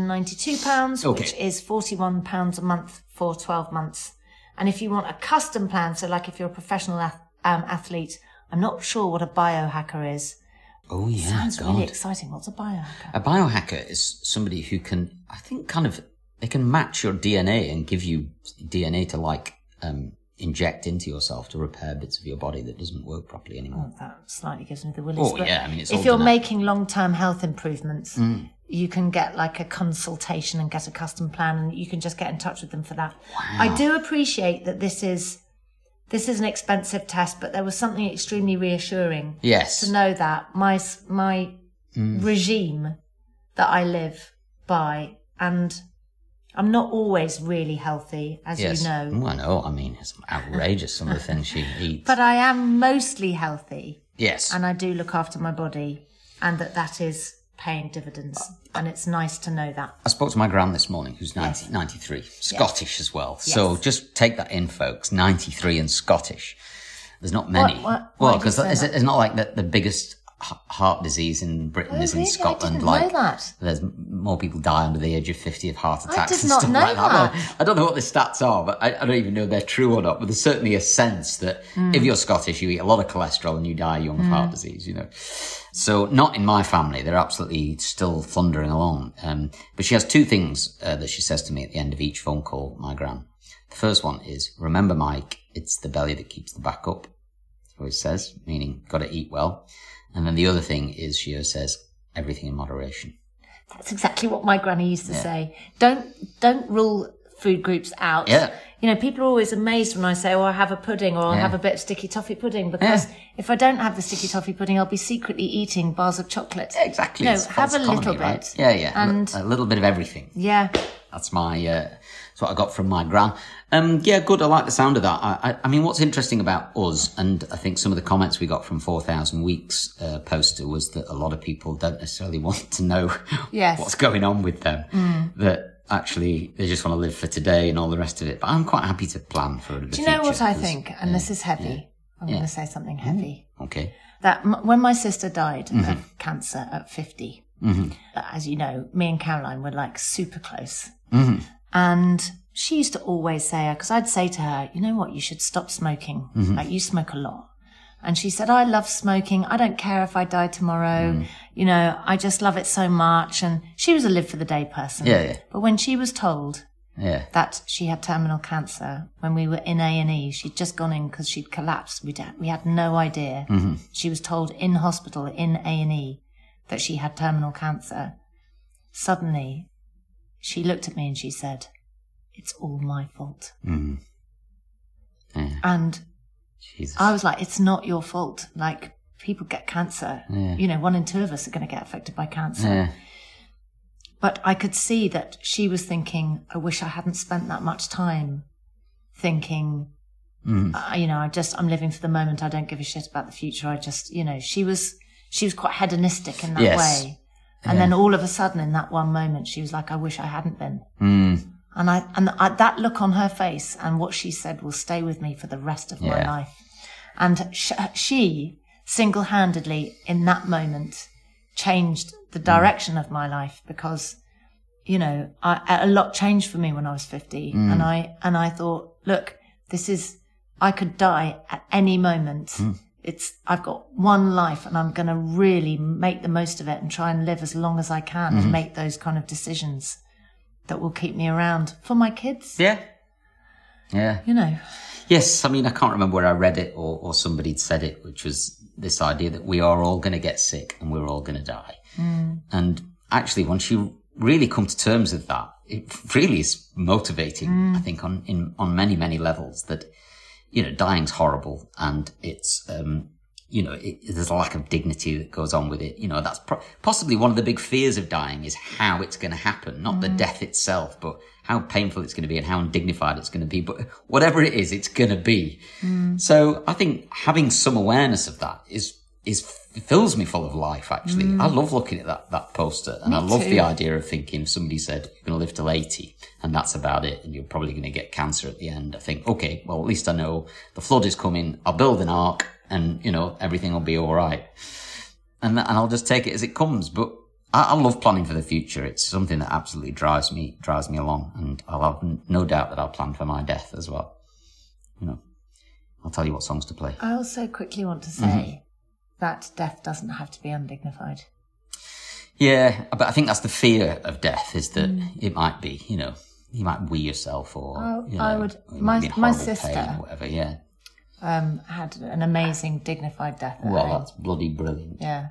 Speaker 4: £492, which
Speaker 3: Okay.
Speaker 4: is £41 a month for 12 months. And if you want a custom plan, so like if you're a professional ath- um, athlete, I'm not sure what a biohacker is.
Speaker 3: oh, yeah.
Speaker 4: Sounds
Speaker 3: God.
Speaker 4: really exciting. What's a biohacker?
Speaker 3: A biohacker is somebody who can, I think, kind of, they can match your DNA and give you DNA to like um, inject into yourself to repair bits of your body that doesn't work properly anymore.
Speaker 4: Oh, that slightly gives me the willies.
Speaker 3: Oh,
Speaker 4: but
Speaker 3: yeah, I mean, it's
Speaker 4: if
Speaker 3: all
Speaker 4: you're
Speaker 3: done Mm. up.
Speaker 4: making long-term health improvements, you can get like a consultation and get a custom plan, and you can just get in touch with them for that. I do appreciate that this is this is an expensive test, but there was something extremely reassuring
Speaker 3: Yes. Mm.
Speaker 4: to know that my s- my regime that I live by, and I'm not always really healthy, as
Speaker 3: yes. Mm.
Speaker 4: you know.
Speaker 3: Well, no, I mean, it's outrageous some of the things
Speaker 4: [LAUGHS]
Speaker 3: she eats.
Speaker 4: But I am mostly healthy.
Speaker 3: yes.
Speaker 4: and I do look after my body, and that that is paying dividends, and it's nice to know that.
Speaker 3: I spoke to my gran this morning, who's 90, 93, Scottish as well. So
Speaker 4: Yes.
Speaker 3: just take that in, folks. 93 and Scottish. There's not many.
Speaker 4: what- why
Speaker 3: well,
Speaker 4: do you
Speaker 3: because
Speaker 4: say
Speaker 3: it's,
Speaker 4: that?
Speaker 3: it's not like the, the biggest h- heart disease in Britain
Speaker 4: Oh,
Speaker 3: is in
Speaker 4: really? I
Speaker 3: Scotland.
Speaker 4: didn't know
Speaker 3: like
Speaker 4: that.
Speaker 3: there's more people die under the age of 50 of heart
Speaker 4: I
Speaker 3: attacks
Speaker 4: did
Speaker 3: and
Speaker 4: not
Speaker 3: stuff
Speaker 4: know
Speaker 3: like that. Well,
Speaker 4: that.
Speaker 3: I don't know what the stats are, but I, I don't even know if they're true or not. But there's certainly a sense that
Speaker 4: Hmm.
Speaker 3: if you're Scottish, you eat a lot of cholesterol and you die young of heart disease, you know. So not in my family. They're absolutely still thundering along. Um, but she has two things uh, that she says to me at the end of each phone call, my gran. The first one is, remember, Mike, it's the belly that keeps the back up, always says, meaning got to eat well. And then the other thing is, she always says, everything in moderation.
Speaker 4: That's exactly what my granny used to say. Don't don't rule food groups out.
Speaker 3: Yeah.
Speaker 4: You know, people are always amazed when I say, "Oh, I have a pudding," or "I
Speaker 3: Yeah.
Speaker 4: have a bit of sticky toffee pudding," because
Speaker 3: Yeah.
Speaker 4: if I don't have the sticky toffee pudding, I'll be secretly eating bars of chocolate.
Speaker 3: Exactly.
Speaker 4: No,
Speaker 3: it's
Speaker 4: have
Speaker 3: false
Speaker 4: a little
Speaker 3: economy, right?
Speaker 4: bit.
Speaker 3: Yeah, uh, yeah. li-
Speaker 4: And
Speaker 3: a little bit of everything.
Speaker 4: yeah,
Speaker 3: That's my. Uh, that's what I got from my gran. Um, yeah, good. I like the sound of that. I, I, I mean, what's interesting about us, and I think some of the comments we got from Four Thousand Weeks uh, poster was that a lot of people don't necessarily [LAUGHS] want to know
Speaker 4: Yes. Mm.
Speaker 3: what's going on with them. That actually they just want to live for today and all the rest of it. But I'm quite happy to plan for. The
Speaker 4: do you know what
Speaker 3: future,
Speaker 4: I
Speaker 3: 'cause-
Speaker 4: think? And this is heavy. I'm
Speaker 3: Yeah. Mm-hmm.
Speaker 4: going to say something heavy.
Speaker 3: Okay.
Speaker 4: that m- when my sister died
Speaker 3: Mm-hmm.
Speaker 4: of
Speaker 3: Mm-hmm.
Speaker 4: cancer at 50, uh, as you know, me and Caroline were like super close. And she used to always say, because I'd say to her, you know what, you should stop smoking.
Speaker 3: Mm-hmm.
Speaker 4: Like, you smoke a lot. And she said, I love smoking. I don't care if I die tomorrow.
Speaker 3: Mm-hmm.
Speaker 4: You know, I just love it so much. And she was a live for the day person.
Speaker 3: Yeah, yeah.
Speaker 4: But when she was told
Speaker 3: Yeah.
Speaker 4: that she had terminal cancer when we were in A&E. She'd just gone in because she'd collapsed. We we had no
Speaker 3: Mm-hmm.
Speaker 4: idea. She was told in hospital in A&E that she had terminal cancer. Suddenly, she looked at me and she said, "It's all my fault."
Speaker 3: Mm. Yeah.
Speaker 4: And
Speaker 3: Jesus.
Speaker 4: I was like, "It's not your fault. Like people get cancer.
Speaker 3: Yeah.
Speaker 4: You know, one in two of us are going to get affected by cancer."
Speaker 3: Yeah.
Speaker 4: But I could see that she was thinking, I wish I hadn't spent that much time thinking,
Speaker 3: Mm.
Speaker 4: uh, you know, I just, I'm living for the moment. I don't give a shit about the future. I just, you know, she was, she was quite hedonistic in that
Speaker 3: Yes.
Speaker 4: way. And
Speaker 3: Yeah.
Speaker 4: then all of a sudden in that one moment, she was like, I wish I hadn't been.
Speaker 3: Mm.
Speaker 4: And I, and I, that look on her face and what she said will stay with me for the rest of my
Speaker 3: Yeah.
Speaker 4: life. And sh- she single handedly in that moment changed
Speaker 3: Mm.
Speaker 4: the direction of my life because, you know, I, a lot changed for me when I was 50
Speaker 3: Mm.
Speaker 4: and I, and I thought, look, this is, I could die at any moment.
Speaker 3: Mm.
Speaker 4: It's, I've got one life and I'm going to really make the most of it and try and live as long as I can
Speaker 3: Mm-hmm.
Speaker 4: and make those kind of decisions that will keep me around for my kids.
Speaker 3: Yeah. Yeah.
Speaker 4: You know,
Speaker 3: Yes, I mean, I can't remember where I read it or, or somebody had said it, which was this idea that we are all going to get sick and we're all going to die. And actually, once you really come to terms with that, it really is motivating, I think, on, in, on many, many levels that, you know, dying's horrible and it's, um, you know, it, there's a lack of dignity that goes on with it. You know, that's pro- possibly one of the big fears of dying is how it's going to happen, not the death itself, but how painful it's going to be and how undignified it's going to be. But whatever it is, it's going to be. So I think having some awareness of that is is fills me full of life. Actually, I love looking at that that poster, and I love the idea of thinking somebody said you're going to live till eighty, and that's about it, and you're probably going to get cancer at the end. I think, okay, well at least I know the flood is coming. I'll build an ark, and you know everything will be all right, and and I'll just take it as it comes. But I, I love planning for the future. It's something that absolutely drives me drives me along, and I'll have n- no doubt that I'll plan for my death as well. You know, I'll tell you what songs to play.
Speaker 4: I also quickly want to say
Speaker 3: Mm-hmm.
Speaker 4: that death doesn't have to be undignified.
Speaker 3: Yeah, but I think that's the fear of death is that it might be, you know, you might wee yourself or
Speaker 4: Mm. Oh,
Speaker 3: you know,
Speaker 4: I would-
Speaker 3: or you might
Speaker 4: my-
Speaker 3: be in
Speaker 4: my
Speaker 3: horrible pain
Speaker 4: sister-
Speaker 3: or whatever. Yeah,
Speaker 4: Um, had an amazing dignified death. at
Speaker 3: well,
Speaker 4: home.
Speaker 3: that's bloody brilliant.
Speaker 4: yeah.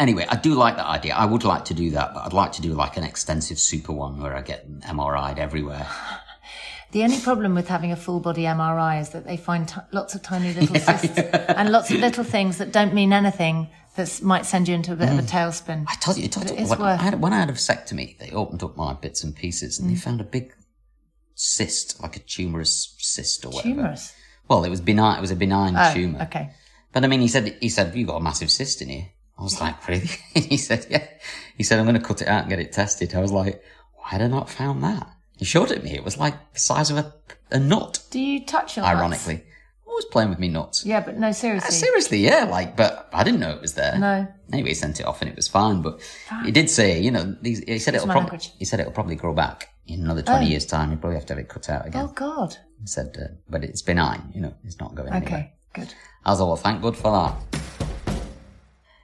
Speaker 3: Anyway, I do like that idea. I would like to do that, but I'd like to do like an extensive super one where I get MRI'd everywhere.
Speaker 4: The only problem with having a full body MRI is that they find t- lots of tiny little cysts and lots of little things that don't mean anything that s- might send you into a bit of a tailspin.
Speaker 3: Hmm. I told you, I told
Speaker 4: But
Speaker 3: you
Speaker 4: it is
Speaker 3: when,
Speaker 4: worth- Mm.
Speaker 3: I had, when I had a vasectomy, they opened up my bits and pieces and they found a big cyst, like a tumorous cyst or whatever.
Speaker 4: Humorous.
Speaker 3: Well, it was benign. It was a benign
Speaker 4: Oh,
Speaker 3: tumor.
Speaker 4: okay.
Speaker 3: But I mean, he said, he said, you got a massive cyst in here. I was like, really? [LAUGHS] he said, yeah. He said, I'm going to cut it out and get it tested. I was like, why had I not found that? He showed it me. It was like the size of a, a nut,
Speaker 4: Do you touch your nuts?
Speaker 3: ironically. Always playing with me nuts.
Speaker 4: Yeah, but no, seriously.
Speaker 3: Uh, Seriously, yeah, like, but I didn't know it was there.
Speaker 4: No.
Speaker 3: Anyway, he sent it off and it was fine, but he did say, you know, he, he said it'll
Speaker 4: my
Speaker 3: probably,
Speaker 4: language.
Speaker 3: he said it'll probably grow back in another 20 years time. You probably have to have it cut out again.
Speaker 4: Oh, God.
Speaker 3: He said, uh, but it's benign, you know, it's not going anywhere.
Speaker 4: Okay, good.
Speaker 3: I was like, well, thank God for that.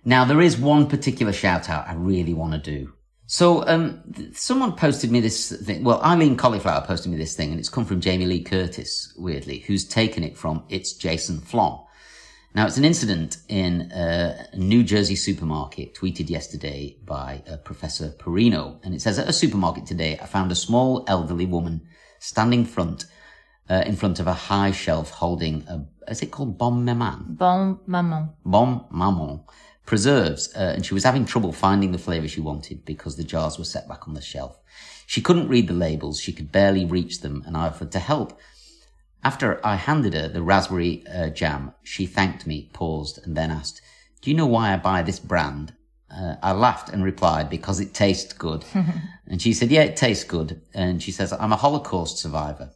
Speaker 3: Now, there is one particular shout out I really want to do. So, um, th- someone posted me this thing. Well, Eileen Cauliflower posted me this thing, and it's come from Jamie Lee Curtis, weirdly, who's taken it from It's Jason Flom. Now, it's an incident in uh, a New Jersey supermarket tweeted yesterday by uh, Professor Perino. And it says, At a supermarket today, I found a small elderly woman standing front, uh, in front of a high shelf holding a, is it called Bon Maman?
Speaker 4: Bon maman.
Speaker 3: Bon Maman preserves, uh, and she was having trouble finding the flavour she wanted because the jars were set back on the shelf. She couldn't read the labels, she could barely reach them, and I offered to help. After I handed her the raspberry uh, jam, she thanked me, paused, and then asked, Do you know why I buy this brand? Uh, I laughed and replied, Because it tastes good. and she said, Yeah, it tastes good. And she says, I'm a Holocaust survivor.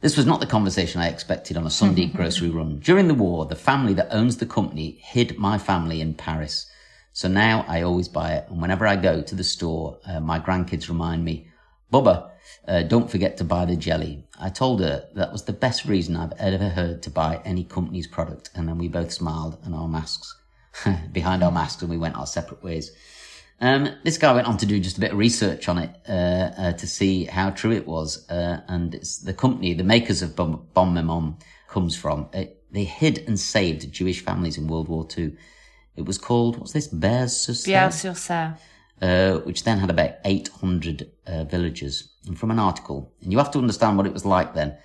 Speaker 3: This was not the conversation I expected on a Sunday grocery run. During the war, the family that owns the company hid my family in Paris. So now I always buy it. And whenever I go to the store, uh, my grandkids remind me, Bubba, uh, don't forget to buy the jelly. I told her that was the best reason I've ever heard to buy any company's product, and then we both smiled and our masks [LAUGHS] behind our masks, and we went our separate ways. Um, this guy went on to do just a bit of research on it uh, uh, to see how true it was, uh, and it's the company, the makers of Bon, bon Maman, comes from. It, they hid and saved Jewish families in World War Two. It was called what's this? Bears
Speaker 4: Biel sur Serre.
Speaker 3: uh, which then had about 800 uh, villagers. And from an article, and you have to understand what it was like then,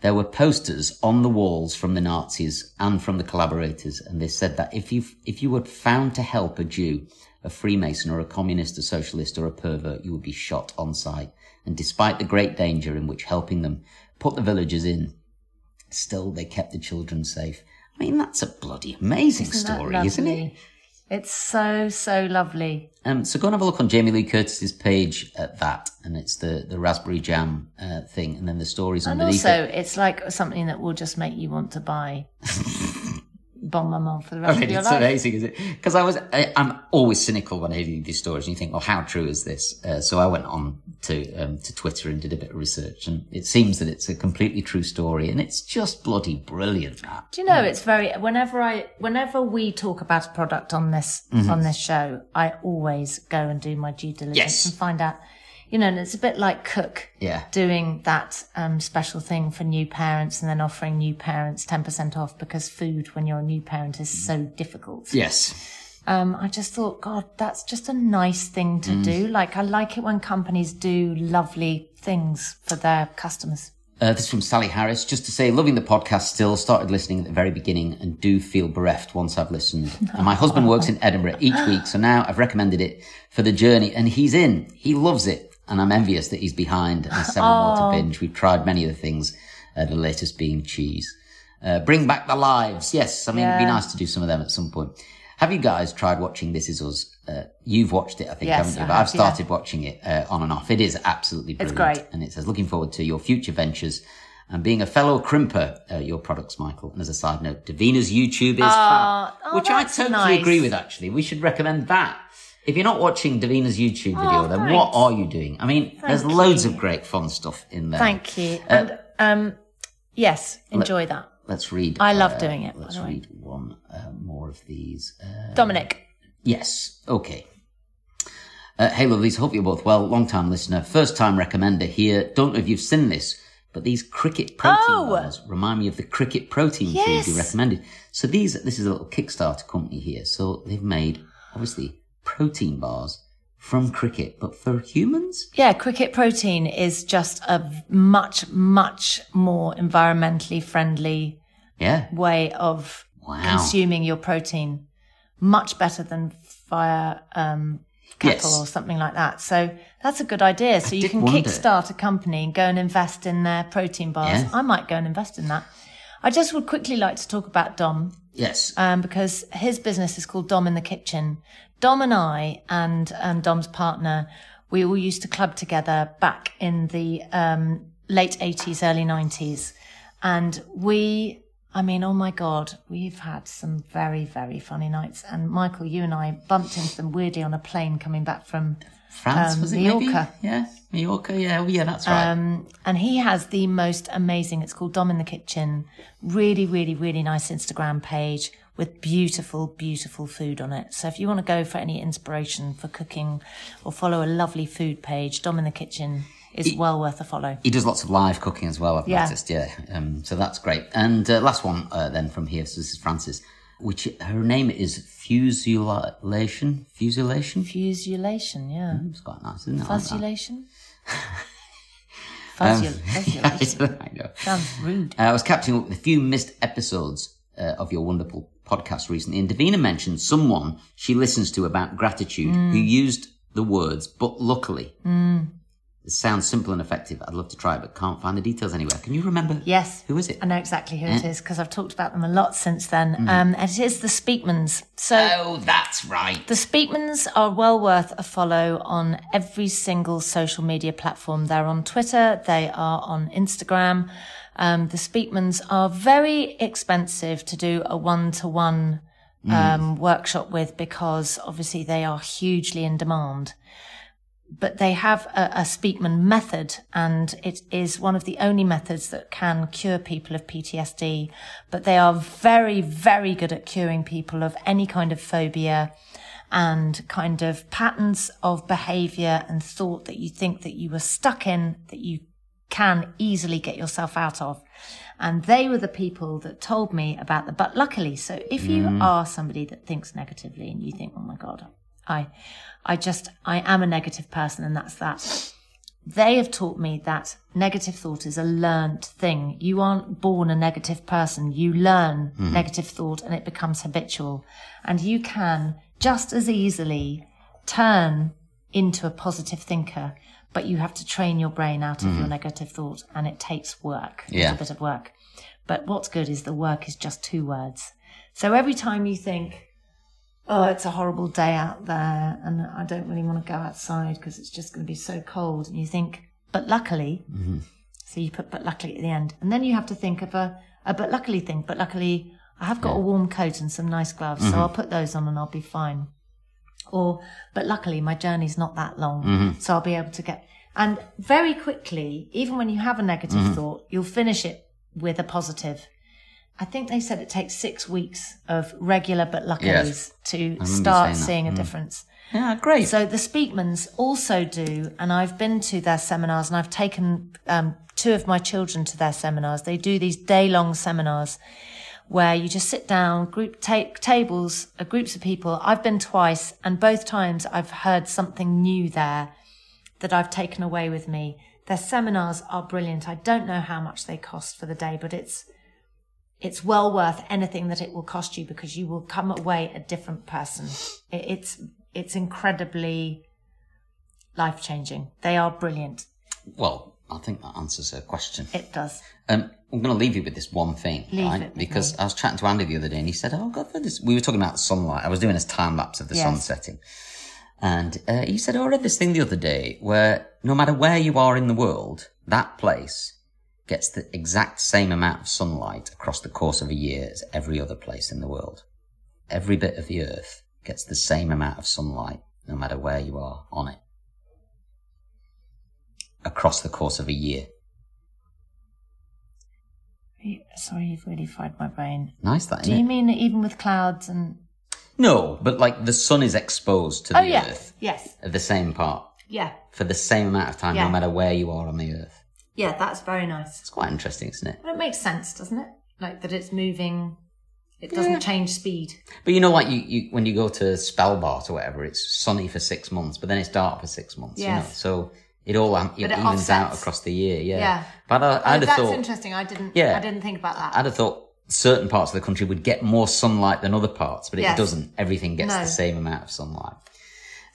Speaker 3: there were posters on the walls from the Nazis and from the collaborators, and they said that if you if you were found to help a Jew, a Freemason, or a communist, a socialist, or a pervert, you would be shot on sight. And despite the great danger in which helping them put the villagers in, still they kept the children safe. I mean, that's a bloody amazing
Speaker 4: Isn't that
Speaker 3: story, isn't it?
Speaker 4: lovely? It's so, so lovely.
Speaker 3: Um, so go and have a look on Jamie Lee Curtis's page at that, and it's the, the raspberry jam uh, thing, and then the stories
Speaker 4: And
Speaker 3: underneath
Speaker 4: also,
Speaker 3: it.
Speaker 4: it's like something that will just make you want
Speaker 3: [LAUGHS]
Speaker 4: to buy Bon Maman for the
Speaker 3: I
Speaker 4: rest
Speaker 3: mean,
Speaker 4: of your
Speaker 3: Oh, it's
Speaker 4: life.
Speaker 3: amazing, is it? Because I was, I, I'm always cynical when I hear these stories, and you think, well, how true is this? Uh, so I went on to um, to Twitter and did a bit of research, and it seems that it's a completely true story, and it's just bloody brilliant. That
Speaker 4: Do you know it's very whenever I whenever we talk about a product on this
Speaker 3: Mm-hmm.
Speaker 4: on this show, I always go and do my due diligence
Speaker 3: Yes.
Speaker 4: and find out. You know, and it's a bit like Cook
Speaker 3: yeah,
Speaker 4: doing that um, special thing for new parents and then offering new parents ten percent off because food when you're a new parent is so
Speaker 3: Mm-hmm.
Speaker 4: difficult.
Speaker 3: yes,
Speaker 4: Um, I just thought, God, that's just a nice thing
Speaker 3: Mm-hmm.
Speaker 4: to do. Like I like it when companies do lovely things for their customers.
Speaker 3: Uh, this is from Sally Harris. Just to say, loving the podcast still, started listening at the very beginning and do feel bereft once I've listened. And my husband works in Edinburgh each week, so now I've recommended it for the journey and he's in. He loves it. And I'm envious that he's behind a seven water binge. We've tried many of the things, uh, the latest being cheese. Uh, bring back the lives. Yes, I mean, it'd be
Speaker 4: Yeah.
Speaker 3: nice to do some of them at some point. Have you guys tried watching This Is Us? Uh, you've watched it, I think,
Speaker 4: Yes,
Speaker 3: haven't you?
Speaker 4: I
Speaker 3: But
Speaker 4: have,
Speaker 3: I've started
Speaker 4: yeah.
Speaker 3: watching it uh, on and off. It is absolutely
Speaker 4: It's
Speaker 3: brilliant.
Speaker 4: great.
Speaker 3: And it says, looking forward to your future ventures and being a fellow crimper, uh, your products, Michael. And as a side note, Davina's YouTube is fab,
Speaker 4: oh,
Speaker 3: which I
Speaker 4: that's
Speaker 3: totally
Speaker 4: nice.
Speaker 3: agree with, actually. We should recommend that. If you're not watching Davina's YouTube video, then what
Speaker 4: thanks.
Speaker 3: are you doing? I mean, there's
Speaker 4: Thank
Speaker 3: loads
Speaker 4: you.
Speaker 3: of great fun stuff in there.
Speaker 4: Thank you.
Speaker 3: Uh,
Speaker 4: And um, yes, enjoy that.
Speaker 3: Let's read. uh,
Speaker 4: I love doing it, by
Speaker 3: Let's
Speaker 4: the way.
Speaker 3: read one uh, more of these. Uh,
Speaker 4: Dominic.
Speaker 3: Yes. Okay. Uh, hey, lovelies. Hope you're both well. Long time listener, first time recommender here. Don't know if you've seen this, but these cricket protein
Speaker 4: Oh!
Speaker 3: bars remind me of the cricket protein
Speaker 4: Yes.
Speaker 3: food you recommended. So these, this is a little Kickstarter company here. So they've made obviously protein bars from cricket, but for humans.
Speaker 4: Yeah, cricket protein is just a v- much, much more environmentally friendly
Speaker 3: Yeah.
Speaker 4: way of
Speaker 3: Wow.
Speaker 4: consuming your protein. Much better than via um, cattle
Speaker 3: Yes.
Speaker 4: or something like that. So that's a good idea. So you
Speaker 3: did
Speaker 4: can
Speaker 3: wonder.
Speaker 4: kickstart a company and go and invest in their protein bars.
Speaker 3: Yeah.
Speaker 4: I might go and invest in that. I just would quickly like to talk about Dom
Speaker 3: Yes.
Speaker 4: um, because his business is called Dom in the Kitchen. Dom and I and um, Dom's partner, we all used to club together back in the um, late 80s, early 90s. And we, I mean, oh my God, we've had some very, very funny nights. And Michael, you and I bumped into them weirdly on a plane coming back from
Speaker 3: France
Speaker 4: um,
Speaker 3: was it
Speaker 4: Mallorca. Um,
Speaker 3: maybe? Yeah. Mallorca. Yeah. Oh, yeah. That's right.
Speaker 4: and he has the most amazing it's called dom in the kitchen really really really nice instagram page with beautiful beautiful food on it so if you want to go for any inspiration for cooking or follow a lovely food page dom in the kitchen is well worth a follow
Speaker 3: He does lots of live cooking as well, I've
Speaker 4: Yeah.
Speaker 3: noticed, yeah. Um, so that's great. And uh, last one uh, then from here, so this is Frances, which her name is Fusulation. Fusulation?
Speaker 4: fusilation yeah
Speaker 3: It's quite nice, isn't it? I like that? [LAUGHS]
Speaker 4: fusilation
Speaker 3: Um, [LAUGHS]
Speaker 4: Fusil-
Speaker 3: yeah,
Speaker 4: fusilation
Speaker 3: I know.
Speaker 4: sounds rude
Speaker 3: Uh, I was catching up with a few missed episodes uh, of your wonderful podcast recently, and Davina mentioned someone she listens to about gratitude
Speaker 4: Mm.
Speaker 3: who used the words, but luckily. It sounds simple and effective. I'd love to try it, but can't find the details anywhere. Can you remember?
Speaker 4: Yes.
Speaker 3: Who is it? Eh?
Speaker 4: I know exactly who it
Speaker 3: Yeah.
Speaker 4: is because I've talked about them a lot since then. Um, and it is the Speakmans. So
Speaker 3: Oh, that's right.
Speaker 4: The Speakmans are well worth a follow on every single social media platform. They're on Twitter, they are on Instagram. Um, the Speakmans are very expensive to do a um, one to one workshop with because obviously they are hugely in demand. but they have a, a Speakman method, and it is one of the only methods that can cure people of PTSD. But they are very, very good at curing people of any kind of phobia and kind of patterns of behavior and thought that you think that you were stuck in that you can easily get yourself out of. And they were the people that told me about the but luckily. So if you are somebody that thinks negatively and you think, oh my God, I, I just, I am a negative person and that's that. They have taught me that negative thought is a learned thing. You aren't born a negative person. You learn negative thought and it becomes habitual. And you can just as easily turn into a positive thinker, but you have to train your brain out of your negative thought and it takes work.
Speaker 3: Yeah.
Speaker 4: It's a bit of work. But what's good is the work is just two words. So every time you think, oh, it's a horrible day out there and I don't really want to go outside because it's just going to be so cold, and you think, but luckily, so you put but luckily at the end. And then you have to think of a, a but luckily thing. But luckily, I have got a warm coat and some nice gloves, so I'll put those on and I'll be fine. Or, but luckily, my journey's not that long,
Speaker 3: Mm-hmm.
Speaker 4: so I'll be able to get. And very quickly, even when you have a negative
Speaker 3: Mm-hmm.
Speaker 4: thought, you'll finish it with a positive. I think they said it takes six weeks of regular but luckies
Speaker 3: Yes.
Speaker 4: to
Speaker 3: remember
Speaker 4: start
Speaker 3: saying that. Mm-hmm.
Speaker 4: seeing a difference.
Speaker 3: Yeah, great.
Speaker 4: So the Speakmans also do, and I've been to their seminars, and I've taken um, two of my children to their seminars. They do these day-long seminars where you just sit down, group take tables, uh, groups of people. I've been twice, and both times I've heard something new there that I've taken away with me. Their seminars are brilliant. I don't know how much they cost for the day, but it's it's well worth anything that it will cost you because you will come away a different person. It, it's it's incredibly life changing. They are brilliant.
Speaker 3: well, I think that answers her question.
Speaker 4: It does.
Speaker 3: Um, I'm going to leave you with this one thing,
Speaker 4: Leave
Speaker 3: right?
Speaker 4: it with
Speaker 3: because I was chatting to Andy the other day, and he said, "Oh, go for this." We were talking about sunlight. I was doing a time lapse of the sun
Speaker 4: Yes.
Speaker 3: setting, and uh, he said, "Oh, "I read this thing the other day where no matter where you are in the world, that place gets the exact same amount of sunlight across the course of a year as every other place in the world. Every bit of the earth gets the same amount of sunlight, no matter where you are on it, across the course of a year."
Speaker 4: Sorry, you've really fried my brain.
Speaker 3: Nice that.
Speaker 4: Do
Speaker 3: innit?
Speaker 4: you mean that even with clouds and?
Speaker 3: No, but like the sun is exposed to the
Speaker 4: oh yeah,
Speaker 3: earth
Speaker 4: yes,
Speaker 3: at the same part
Speaker 4: yeah,
Speaker 3: for the same amount of time,
Speaker 4: Yeah.
Speaker 3: no matter where you are on the earth.
Speaker 4: yeah. That's very nice.
Speaker 3: It's quite interesting, isn't it?
Speaker 4: But it makes sense, doesn't it? Like that it's moving. It doesn't
Speaker 3: Yeah.
Speaker 4: change speed.
Speaker 3: But you know, like you, you when you go to Spellbart or whatever, it's sunny for six months, but then it's dark for six months. You know,
Speaker 4: Yes.
Speaker 3: so it all am- it
Speaker 4: But it
Speaker 3: evens out
Speaker 4: offsets.
Speaker 3: across the year. Yeah.
Speaker 4: Yeah.
Speaker 3: But I,
Speaker 4: Oh,
Speaker 3: I'd have
Speaker 4: that's
Speaker 3: thought
Speaker 4: interesting. I didn't.
Speaker 3: Yeah.
Speaker 4: I didn't think about that.
Speaker 3: I'd have thought certain parts of the country would get more sunlight than other parts, but it
Speaker 4: Yes.
Speaker 3: doesn't. Everything gets
Speaker 4: No.
Speaker 3: the same amount of sunlight.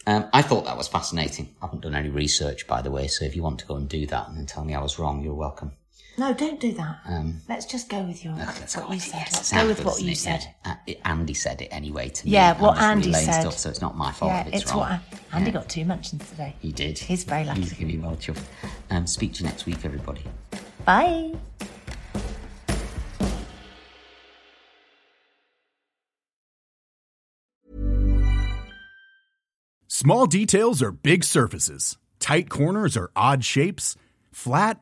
Speaker 3: Um, I thought that was fascinating. I haven't done any research, by the way, so if you want to go and do that and then tell me I was wrong, you're welcome.
Speaker 4: No, don't do that.
Speaker 3: Um,
Speaker 4: Let's just go with your.
Speaker 3: okay, let's
Speaker 4: what
Speaker 3: go
Speaker 4: you
Speaker 3: with
Speaker 4: said.
Speaker 3: it.
Speaker 4: Let's
Speaker 3: Sound
Speaker 4: go with
Speaker 3: good,
Speaker 4: what
Speaker 3: isn't
Speaker 4: you
Speaker 3: it?
Speaker 4: said.
Speaker 3: Yeah. A- Andy said it anyway to me.
Speaker 4: Yeah,
Speaker 3: I'm
Speaker 4: what
Speaker 3: just
Speaker 4: Andy
Speaker 3: relaying
Speaker 4: said.
Speaker 3: Stuff, so it's not my fault.
Speaker 4: Yeah,
Speaker 3: if
Speaker 4: it's,
Speaker 3: it's, wrong.
Speaker 4: what I, Andy got two mentions today.
Speaker 3: He did.
Speaker 4: He's very lucky.
Speaker 3: He's going to be well chuffed. Um, speak to you next week, everybody.
Speaker 4: Bye.
Speaker 5: Small details are big surfaces. Tight corners are odd shapes. Flat,